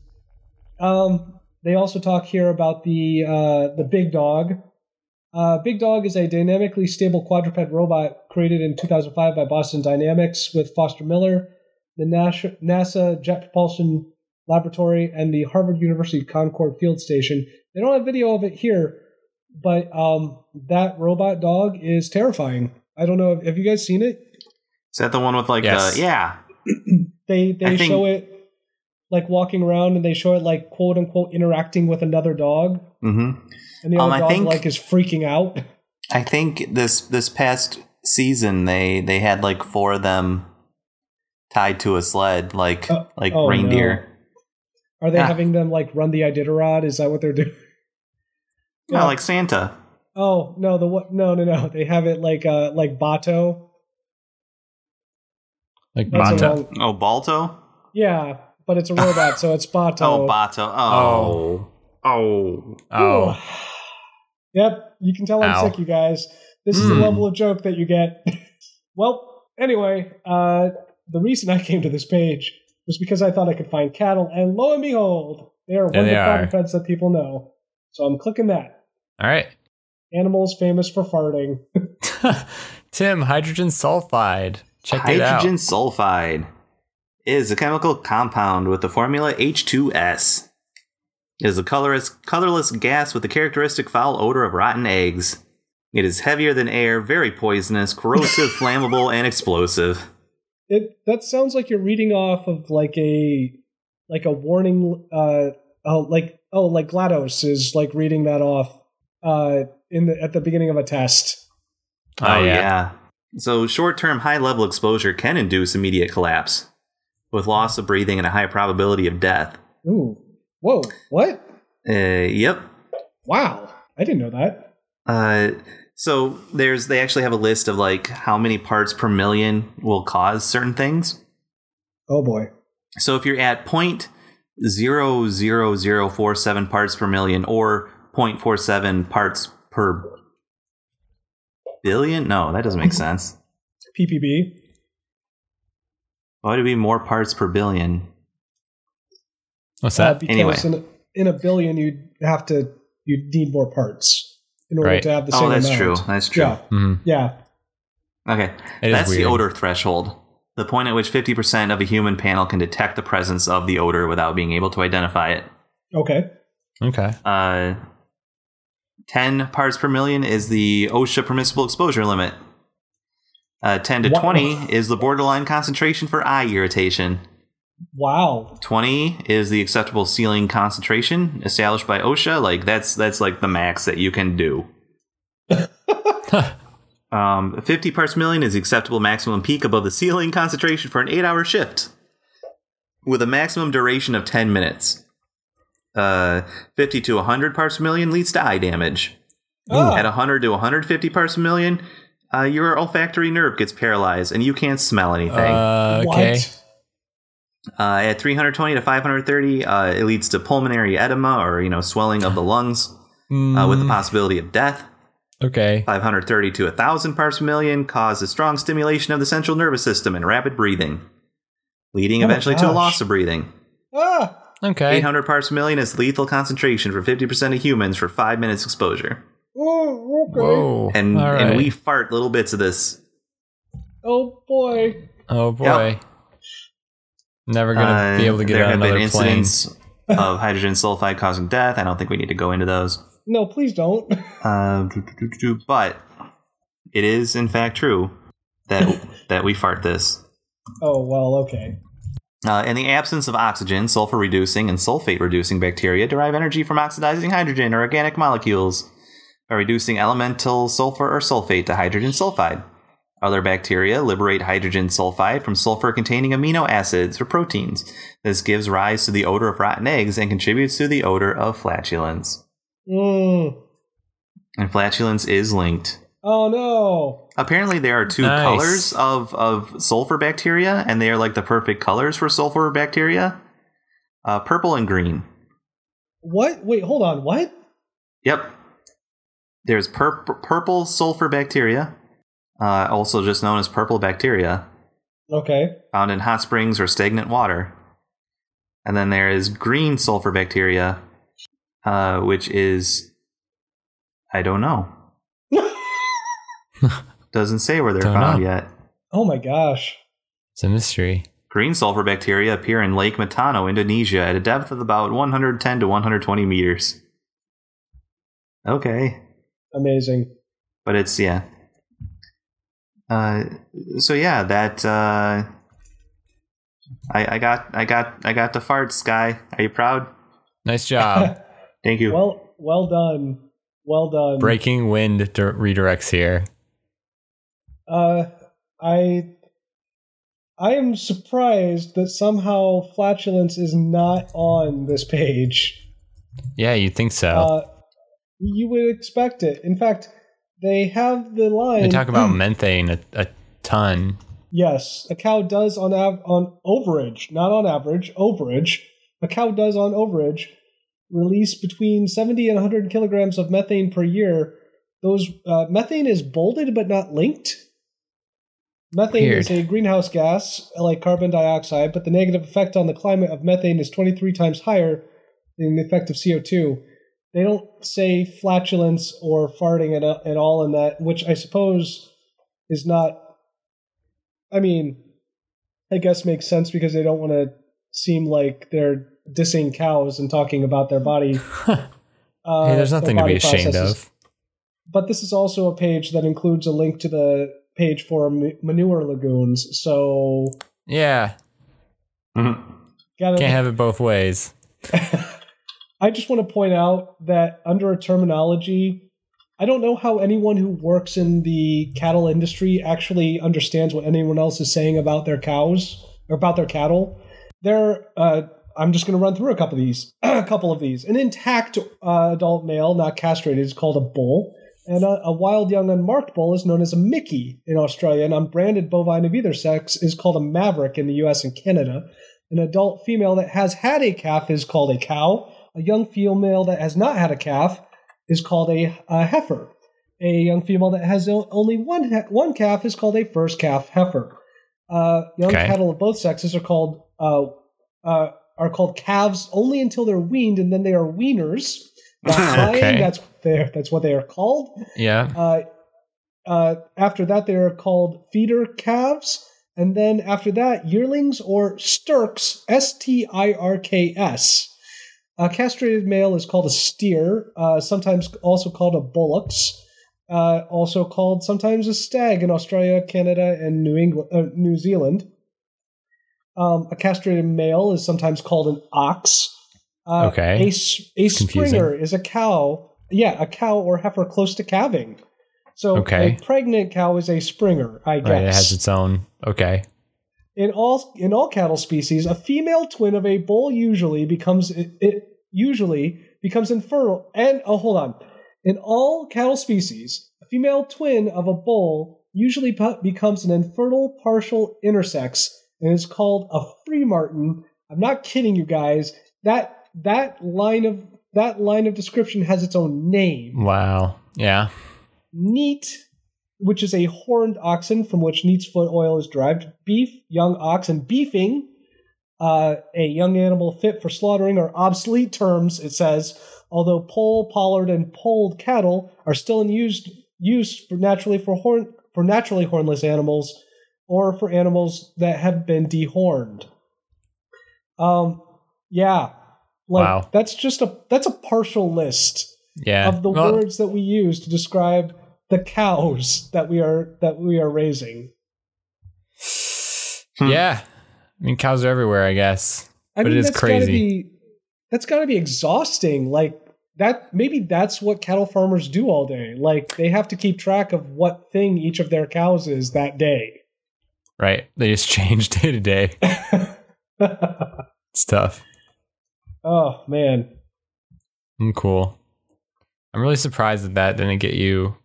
Um, they also talk here about the uh, the big dog. Uh, big dog is a dynamically stable quadruped robot created in 2005 by Boston Dynamics with Foster Miller, the Nash- NASA Jet Propulsion Laboratory, and the Harvard University Concord Field Station. They don't have video of it here, but um, that robot dog is terrifying. I don't know. Have you guys seen it? Is that the one with like Yes. the yeah? they they I think- show it like walking around and they show it like quote unquote interacting with another dog Mm-hmm. and the Um, other I dog think- like is freaking out I think this this past season they they had like four of them tied to a sled like Oh, like oh, reindeer. are they Ah. having them like run the iditarod is that what they're doing <laughs> No. Yeah. like Santa. oh no the what no no no they have it like uh like bato Like That's a Bata. wrong- Oh, Balto. yeah but it's a robot so it's <laughs> bato Oh, Bato. Oh. Oh. Oh. yep you can tell i'm Ow. sick you guys this is the Hmm. level of joke that you get <laughs> well anyway uh the reason i came to this page was because i thought i could find cattle and lo and behold they are There one of they the are. quadrupeds that people know so i'm clicking that All right. <laughs> Animals famous for farting. Tim, hydrogen sulfide. Check it out. Hydrogen sulfide is a chemical compound with the formula H2S. It is a colorless, colorless gas with the characteristic foul odor of rotten eggs. It is heavier than air, very poisonous, <laughs> corrosive, flammable, and explosive. It that sounds like you're reading off of like a like a warning. Uh, oh, like oh, like Glados is like reading that off uh, in the at the beginning of a test. Oh, yeah. So, short term high level exposure can induce immediate collapse with loss of breathing and a high probability of death. Ooh, whoa, what? Uh, yep. Wow, I didn't know that. Uh, so there's they actually have a list of like how many parts per million will cause certain things. Oh boy. So if you're at point zero zero zero four seven parts per million or 0.47 parts per billion, no, that doesn't Mm-hmm. make sense. PPB. Why would it be more parts per billion? What's Uh, that? because Anyway. in, in a billion, you'd have to you'd need more parts in order Right. to have the same. Oh, that's amount. true. That's true. Yeah, Mhm. yeah. Okay. It is That's the weird. odor threshold, the point at which 50% of a human panel can detect the presence of the odor without being able to identify it. Okay. Okay. Uh, 10 parts per million is the OSHA permissible exposure limit. Uh, 10 to What? 20 is the borderline concentration for eye irritation. Wow. 20 is the acceptable ceiling concentration established by OSHA. Like that's that's like the max that you can do. um, 50 parts per million is the acceptable maximum peak above the ceiling concentration for an 8-hour shift with a maximum duration of 10 minutes. Uh, 50 to 100 parts per million leads to eye damage. Ah. At 100 to 150 parts per million, uh, your olfactory nerve gets paralyzed and you can't smell anything. Uh, okay. What? Uh, at 320 to 530, uh, it leads to pulmonary edema or you know swelling of the lungs uh, with the Mm, possibility of death. okay. 530 to 1,000 parts per million causes strong stimulation of the central nervous system and rapid breathing, leading Oh, eventually to a gosh. loss of breathing. Ah. Uh, Okay. 800 parts per million is lethal concentration for 50% of humans for five minutes exposure. Oh, okay. Whoa. And All right. and we fart little bits of this. Oh boy. Oh boy. Never gonna Uh, be able to get there on have been another plane. incidents <laughs> of hydrogen sulfide causing death. I don't think we need to go into those. No, please don't. <laughs> Uh, do, do, do, do, do. but it is in fact true that that we fart this. Oh well. Okay. Uh, in the absence of oxygen, sulfur reducing and sulfate reducing bacteria derive energy from oxidizing hydrogen or organic molecules by reducing elemental sulfur or sulfate to hydrogen sulfide. Other bacteria liberate hydrogen sulfide from sulfur containing amino acids or proteins. This gives rise to the odor of rotten eggs and contributes to the odor of flatulence. Mm. And flatulence is linked Oh no. Apparently, there are two Nice. colors of, of sulfur bacteria, and they are like the perfect colors for sulfur bacteria uh, purple and green. What? Wait. Hold on. What? Yep. There's pur- purple sulfur bacteria, uh, also just known as purple bacteria, Okay. <laughs> found in hot springs or stagnant water. And then there is green sulfur bacteria, uh, which is. I don't know. Doesn't say where they're Don't found know. yet. Oh my gosh. It's a mystery. Green sulfur bacteria appear in Lake Metano, Indonesia, at a depth of about 110 to 120 meters. Okay, Amazing. but it's yeah. Uh, so yeah, that uh, I, I got, I got, I got the farts, Sky. Are you proud? Nice <laughs> job. Thank you. Well. Well done. Well done. Breaking wind dir- redirects here. Uh, I I am surprised that somehow flatulence is not on this page. Yeah, you'd think so. Uh, you would expect it. In fact, they have the line. they talk about methane a, a ton. yes, a cow does on av- on overage, not on average, overage. A cow does on overage release between seventy and one hundred kilograms of methane per year. Those uh, methane is bolded but not linked. Methane Weird. is a greenhouse gas like carbon dioxide, but the negative effect on the climate of methane is 23 times higher than the effect of CO2. they don't say flatulence or farting at, at all in that, which I suppose is not. I mean, I guess makes sense because they don't want to seem like they're dissing cows and talking about <laughs> their body. uh, hey, there's their nothing to be body ashamed processes. of. But this is also a page that includes a link to the page for m- manure lagoons. So Yeah, Mhm. gotta can't have it both ways. I just want to point out that under a terminology, I don't know how anyone who works in the cattle industry actually understands what anyone else is saying about their cows or about their cattle. They're, uh, I'm just going to run through a couple of these. <clears throat> a couple of these. An intact uh, adult male, not castrated, is called a bull. And a, a wild young unmarked bull is known as a Mickey in Australia. An unbranded bovine of either sex is called a maverick in the US and Canada. An adult female that has had a calf is called a cow. A young female that has not had a calf is called a, a heifer. A young female that has o- only one he- one calf is called a first calf heifer. Uh, young Okay. cattle of both sexes are called uh, uh, are called calves only until they're weaned, and then they are weaners. Not Okay. buying, That's they that's what they are called. Yeah, Uh, uh, after that, they are called feeder calves. And then after that, yearlings or stirks, S T I R K S. A castrated male is called a steer, uh, sometimes also called a bullocks, uh, also called sometimes a stag in Australia, Canada, and New England, uh, New Zealand. Um, a castrated male is sometimes called an ox. Uh, Okay. A, s- a Confusing. springer is a cow. Yeah, a cow or heifer close to calving. So Okay. a pregnant cow is a springer, I guess. right. It has its own. Okay. in all in all cattle species, a female twin of a bull usually becomes it, it usually becomes infertile. And oh, hold on. In all cattle species, a female twin of a bull usually pu- becomes an infertile partial intersex and is called a free martin. I'm not kidding you guys. That that line of that line of description has its own name Wow. Yeah. neat, which is a horned oxen from which neat's foot oil is derived, beef, young ox, and beefing, uh, a young animal fit for slaughtering, are obsolete terms, it says, although pole, pollard, and polled cattle are still in used use for naturally for horn for naturally hornless animals or for animals that have been dehorned. Um yeah. Like Wow. that's just a that's a partial list Yeah. of the Well, words that we use to describe the cows that we are that we are raising. Hmm. Yeah. I mean, cows are everywhere, I guess. I But it is that's gotta crazy. be- that's got to be exhausting. Like that. Maybe that's what cattle farmers do all day. Like they have to keep track of what thing each of their cows is that day. <laughs> Right. They just <laughs> change day to day. It's tough. oh man. I'm Mm, cool. I'm really surprised that that didn't get you.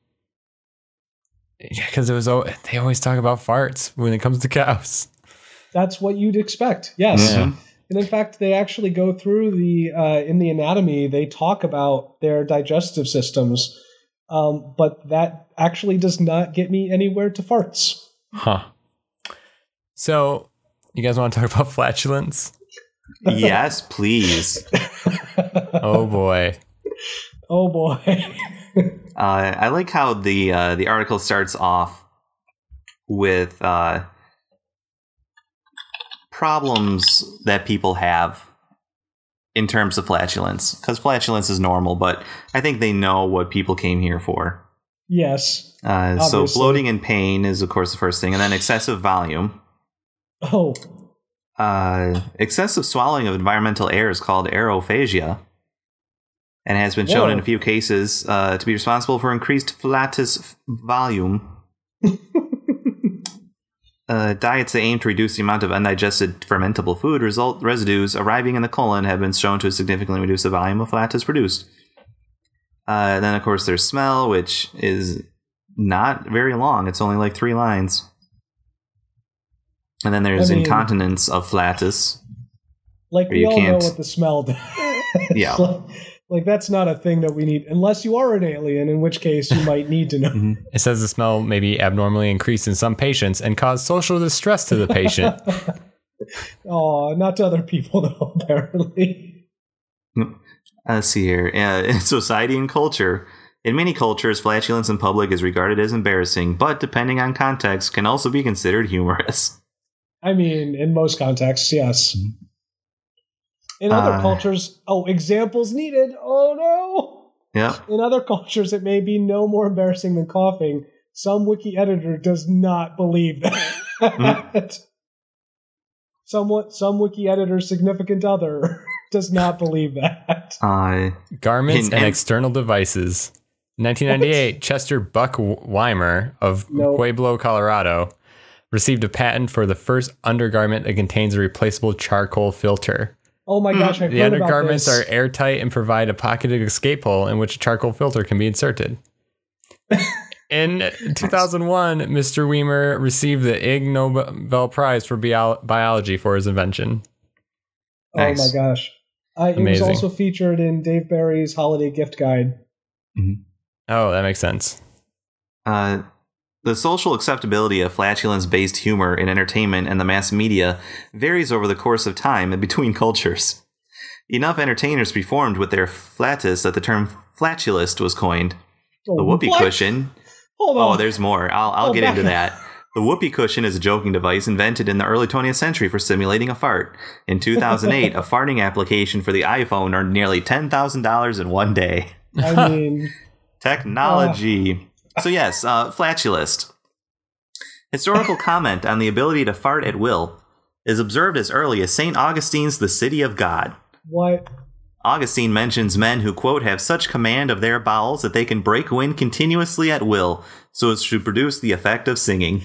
Because it was, al- they always talk about farts when it comes to cows. That's what you'd expect. Yes. Mhm. And in fact, they actually go through the uh, in the anatomy. They talk about their digestive systems, um, but that actually does not get me anywhere to farts. <laughs> Huh. So, you guys want to talk about flatulence? yes, please. <laughs> Oh boy. oh boy! <laughs> Uh, I like how the uh, the article starts off with uh, problems that people have in terms of flatulence, because flatulence is normal, but I think they know what people came here for. yes. Uh, so Obviously. bloating and pain is, of course, the first thing, and then excessive volume. Oh, Uh, excessive swallowing of environmental air is called aerophagia and has been shown Whoa. in a few cases uh, to be responsible for increased flatus f- <laughs> volume. uh, diets that aim to reduce the amount of undigested fermentable food result residues arriving in the colon have been shown to significantly reduce the volume of flatus produced. Uh, then, of course, there's smell, which is not very long. It's only like three lines. And then there's I mean- incontinence of flatus. like we You all can't. know what the smell does. <laughs> Yeah. Like, like that's not a thing that we need, unless you are an alien, in which case you might need to know. It says the smell may be abnormally increased in some patients and cause social distress to <laughs> the patient. <laughs> oh, not to other people though. Apparently. Let's see here. Uh, <laughs> in society and culture. In many cultures, flatulence in public is regarded as embarrassing, but depending on context, can also be considered humorous. <laughs> I mean, in most contexts, yes. In other Mm-hmm. Uh, cultures, oh, examples needed. Oh no. Yep. In other cultures, it may be no more embarrassing than coughing. Some wiki editor does not believe that. Mm-hmm. <laughs> Somewhat, some wiki editor's significant other <laughs> does not believe that. Uh, Garments In- and in- external devices. 1998, Chester Buck W- Weimer of No. Pueblo, Colorado, received a patent for the first undergarment that contains a replaceable charcoal filter. Oh Hmm. my gosh, I've The heard about undergarments are this. airtight and provide a pocketed escape hole in which a charcoal filter can be <laughs> inserted. In 2001, Mr. Weimer received the Ig Nobel Prize for bio- biology for his invention. Nice. Oh my gosh. Uh, it was Amazing. also featured in Dave Barry's holiday gift guide. Oh, that makes sense. Uh, the social acceptability of flatulence based humor in entertainment and the mass media varies over the course of time and between cultures. Enough entertainers performed with their flatus that the term flatulist was coined. Oh, The whoopee what? cushion. Hold Oh, on. there's more. I'll, I'll Oh, get back into up. that. The whoopee cushion is a joking device invented in the early 20th century for simulating a fart. In 2008, a farting application for the iPhone earned nearly $10,000 in one day. <laughs> I mean, Technology. So, yes, uh, flatulist. Historical comment on the ability to fart at will is observed as early as St. Augustine's The City of God. what? Augustine mentions men who, quote, have such command of their bowels that they can break wind continuously at will so as to produce the effect of singing.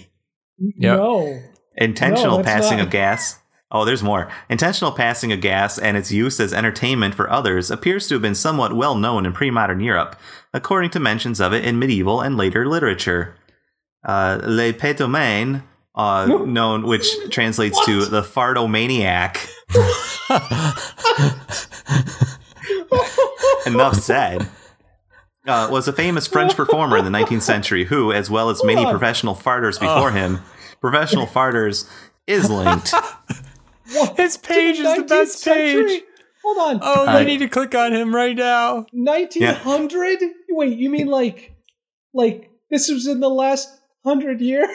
Yeah. No. Intentional No, that's passing not- of gas. Oh, there's more. Intentional passing of gas and its use as entertainment for others appears to have been somewhat well known in pre modern Europe, according to mentions of it in medieval and later literature. Uh, Le pétomane, uh, known, which translates to the <laughs> fartomaniac. Enough said. Uh, was a famous French performer in the 19th century who, as well as many Hold on. professional farters before him, <laughs> professional farters is linked. What? His page is the 19th best century? page. Hold on. Oh, I- I need to click on him right now. 1900? Wait, you mean like, like this was in the last hundred years?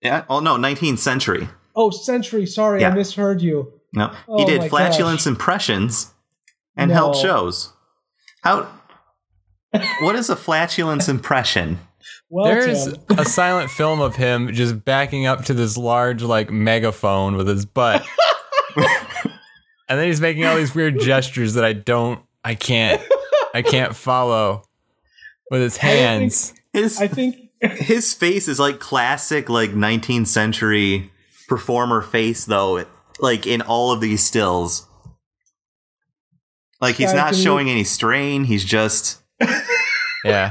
Yeah. Oh no, 19th century. <laughs> Oh, century. Sorry, I Yeah. misheard you. No, he Oh my did flatulence gosh. impressions and held No. shows. How? what is a flatulence impression? Well, There's Tim, a silent film of him just backing up to this large, like, megaphone with his <laughs> butt. and then he's making all these weird gestures that I don't, I can't, I can't follow with his hands. His I think <laughs> his face is like classic like 19th century performer face though, like in all of these stills. Like he's Guy, not can you- showing any strain. He's just <laughs> Yeah.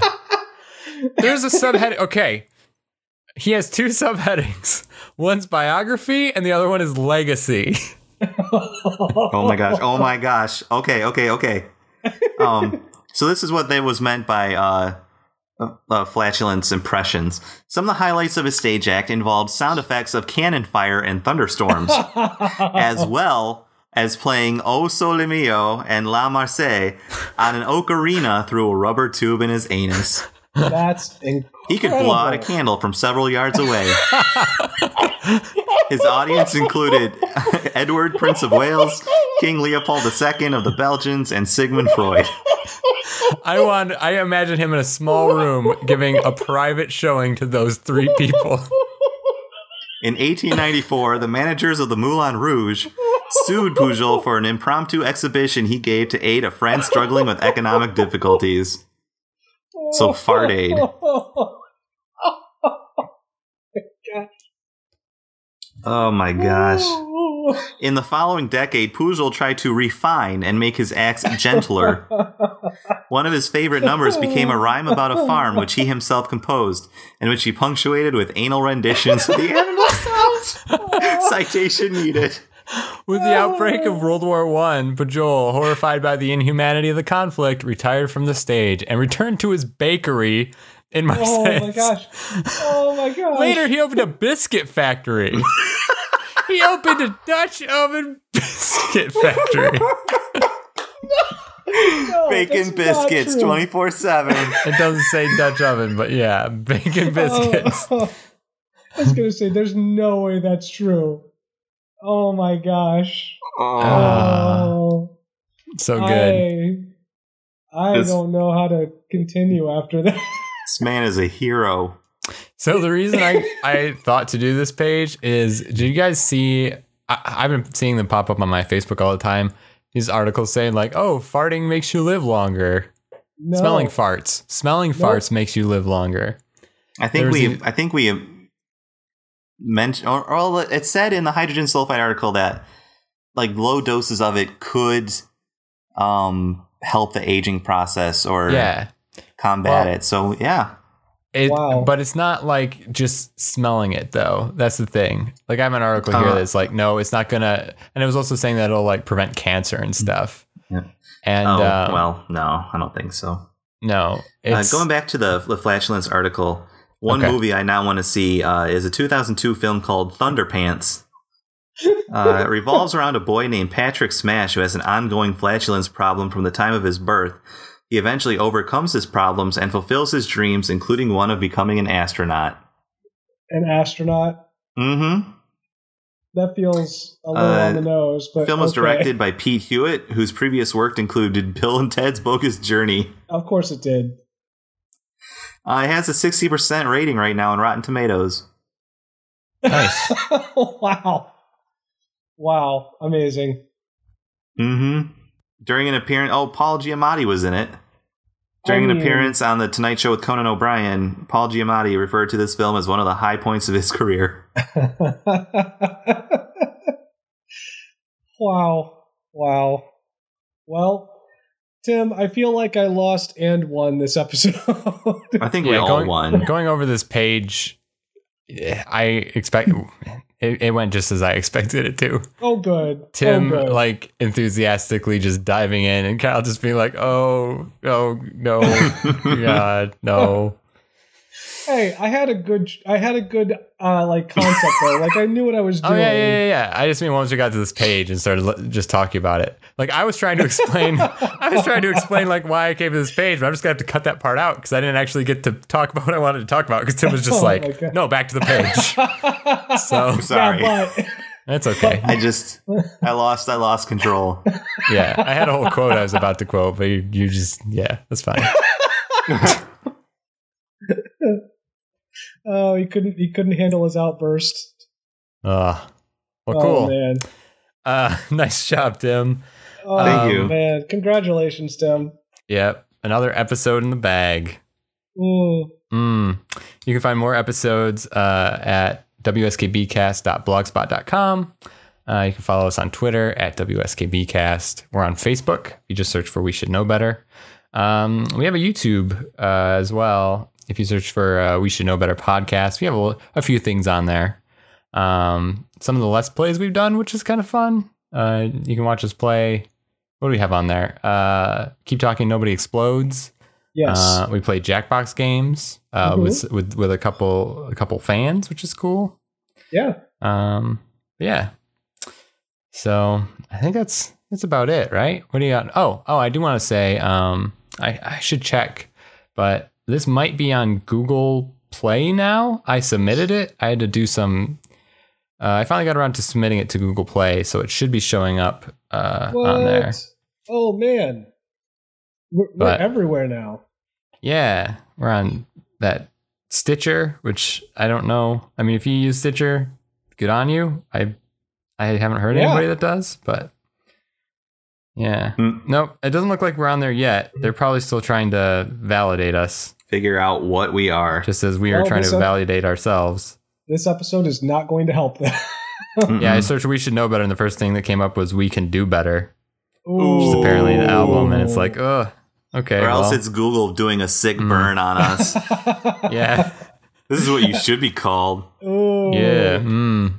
There's a subhead. Okay. He has two subheadings. One's biography and the other one is legacy. oh my gosh, oh my gosh. Okay, okay, okay. Um, so this is what they was meant by uh, uh, flatulence impressions. Some of the highlights of his stage act involved sound effects of cannon fire and thunderstorms, as well as playing "O Sole Mio" and "La Marseillaise" on an ocarina through a rubber tube in his anus. <laughs> That's incredible. He could blow out a candle from several yards away. His audience included <laughs> Edward, Prince of Wales, King Leopold II of the Belgians, and Sigmund Freud. I want I imagine him in a small room giving a private showing to those three people. In 1894, the managers of the Moulin Rouge sued Pujol for an impromptu exhibition he gave to aid a friend struggling with economic difficulties. So fart <laughs> aid. Oh my gosh. Oh, <laughs> In the following decade, Pujol tried to refine and make his acts <laughs> gentler. One of his favorite numbers became a rhyme about a farm which he himself composed, and which he punctuated with anal renditions <laughs> of the animal sounds. <laughs> Citation needed. With the outbreak of World War One, Pajol, horrified by the inhumanity of the conflict, retired from the stage and returned to his bakery in Oh Marseille. my gosh. Oh my <laughs> gosh. Later, he opened a biscuit factory. he opened a Dutch oven biscuit factory. No, Oh, that's Bacon not biscuits true. 24 7. It doesn't say Dutch oven, but yeah, bacon biscuits. Oh, <laughs> I was gonna say, there's no way that's true. Oh my gosh! Oh. Ah. oh, So good. I, I This- don't know how to continue after that. This man is a hero. So the reason I, I thought to do this page is did you guys see I, I've been seeing them pop up on my Facebook all the time. These articles saying like, oh, farting makes you live longer. <laughs> No. Smelling farts. Smelling Nope. farts makes you live longer. I There think was we even- I think we mentioned or, or all- it said in the hydrogen sulfide article that like low doses of it could um help the aging process or Yeah. combat Well- it. So yeah. It, Wow. But it's not like just smelling it though. That's the thing. Like I have an article here Uh-huh. that's like, no, it's not gonna. And it was also saying that it'll like prevent cancer and stuff. Yeah. And oh um, well, no, I don't think so. no, Uh, it's going back to the the flatulence article, one Okay. movie I now want to see uh, is a 2002 film called Thunderpants. Uh, it revolves around a boy named Patrick Smash who has an ongoing flatulence problem from the time of his birth. He eventually overcomes his problems and fulfills his dreams, including one of becoming an astronaut. an astronaut. Mm-hmm. That feels a little Uh, on the nose. But The film was okay. directed by Pete Hewitt, whose previous work included Bill and Ted's Bogus Journey. Of course, it did. Uh, it has a 60% rating right now on Rotten Tomatoes. nice. <laughs> wow. Wow. Amazing. <laughs> Mm-hmm. During an appearance, oh, Paul Giamatti was in it. During I an mean- appearance on the Tonight Show with Conan O'Brien, Paul Giamatti referred to this film as one of the high points of his career. wow. Wow. Well, Tim, I feel like I lost and won this episode. <laughs> Oh, I think we Yeah, all going- <laughs> won. going over this page, eh, I expect it, it went just as I expected it to. oh, good. Tim oh, good. like enthusiastically just diving in, and Kyle just being like, "Oh, oh no, <laughs> God, <laughs> no." hey, I had a good, I had a good, uh, like concept though. Like I knew what I was <laughs> doing. Oh yeah, yeah, yeah, yeah. I just mean once we got to this page and started l- just talking about it. Like I was trying to <laughs> explain, I was trying to explain like why I came to this page, but I'm just gonna have to cut that part out because I didn't actually get to talk about what I wanted to talk about because Tim was just <laughs> Oh, my like, God. "No, back to the <laughs> page." So Sorry. Yeah, but that's <laughs> okay. I just, I lost, I lost control. Yeah, <laughs> I had a whole quote I was about to quote, but you, you just yeah, that's fine. oh, he couldn't, he couldn't handle his outburst. Uh, well, Oh cool. man. Uh, <laughs> nice job, Tim. Oh, Thank you. man. Congratulations, Tim. Yep, another episode in the bag. Mm. Mm. You can find more episodes uh, at wskbcast.blogspot.com. Uh, you can follow us on Twitter at wskbcast. We're on Facebook. You just search for We Should Know Better. Um, we have a YouTube uh, as well. If you search for uh, We Should Know Better podcast, we have a, a few things on there. Um, some of the less plays we've done, which is kind of fun. Uh, you can watch us play. What do we have on there? Uh, Keep talking. Nobody explodes. Yes. Uh, we play Jackbox games uh, Mhm. with with with a couple a couple fans, which is cool. yeah. Um, yeah. So I think that's that's about it, right? What do you got? Oh, oh, I do want to say, um, I I should check, but this might be on Google Play now. I submitted it. I had to do some. Uh, I finally got around to submitting it to Google Play, so it should be showing up uh, on there. Oh man. We're, we're But- everywhere now. Yeah, we're on that Stitcher, which I don't know. I mean, if you use Stitcher, good on you. I I haven't heard Yeah. anybody that does, but yeah. Hmm. Nope, it doesn't look like we're on there yet. They're probably still trying to validate us, Figure out what we are. just as we are Well, trying to this- validate ourselves. This episode is not going to help that. Yeah, I searched "We Should Know Better," and the first thing that came up was "We Can Do Better," which is Ooh. apparently an album, and it's like, ugh, okay, Oh. or else well, it's Google doing a sick Mm. burn on <laughs> us. yeah, this is what you should be called. <laughs> <laughs> Ooh. yeah, mm.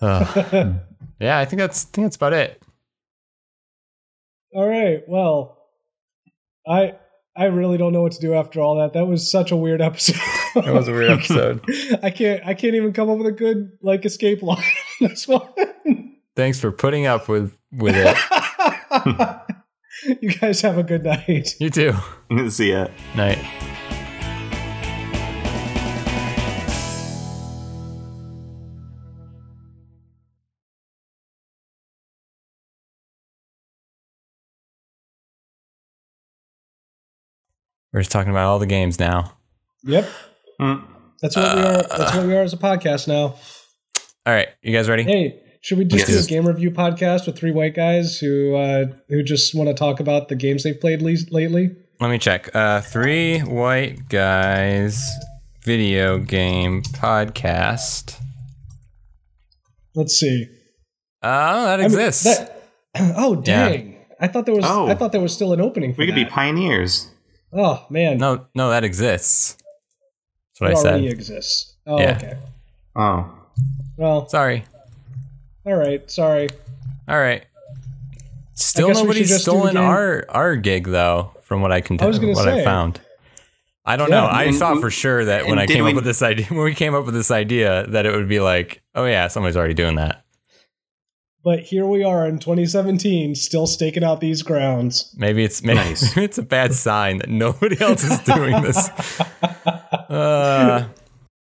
Ugh. <laughs> Yeah, I think that's I think that's about it. All right. Well, I I really don't know what to do after all that. That was such a weird <laughs> episode. That was a weird episode. <laughs> I can't I can't even come up with a good like escape line <laughs> on this one. <laughs> Thanks for putting up with with it. You guys have a good night. You too. See ya. Night. We're just talking about all the games now. Yep. Mm. That's what we are. That's what we are as a podcast now. All right, you guys ready? Hey, should we just Yes. do a game review podcast with three white guys who uh, who just want to talk about the games they've played le- lately? Let me check. Uh, three white guys video game podcast. Let's see. Oh, that I mean, exists. that- <clears throat> oh dang! I thought there was. Oh. I thought there was still an opening. For We could be that. pioneers. Oh man, no, no, that exists. That's what it I said. already exists. Oh Yeah. okay. Oh. Well, Sorry. all right. Sorry. All right. Still guess we should nobody's just do stolen again. our our gig though, from what I can tell, was gonna what I say. found. I don't Yeah, know. I and- thought for sure that when and I did came up we- with this idea, <laughs> when we came up with this idea, that it would be like, oh yeah, somebody's already doing that. But here we are in 2017, still staking out these grounds. <laughs> Maybe it's <laughs> maybe Nice. <laughs> it's a bad sign that nobody else is doing this. Uh,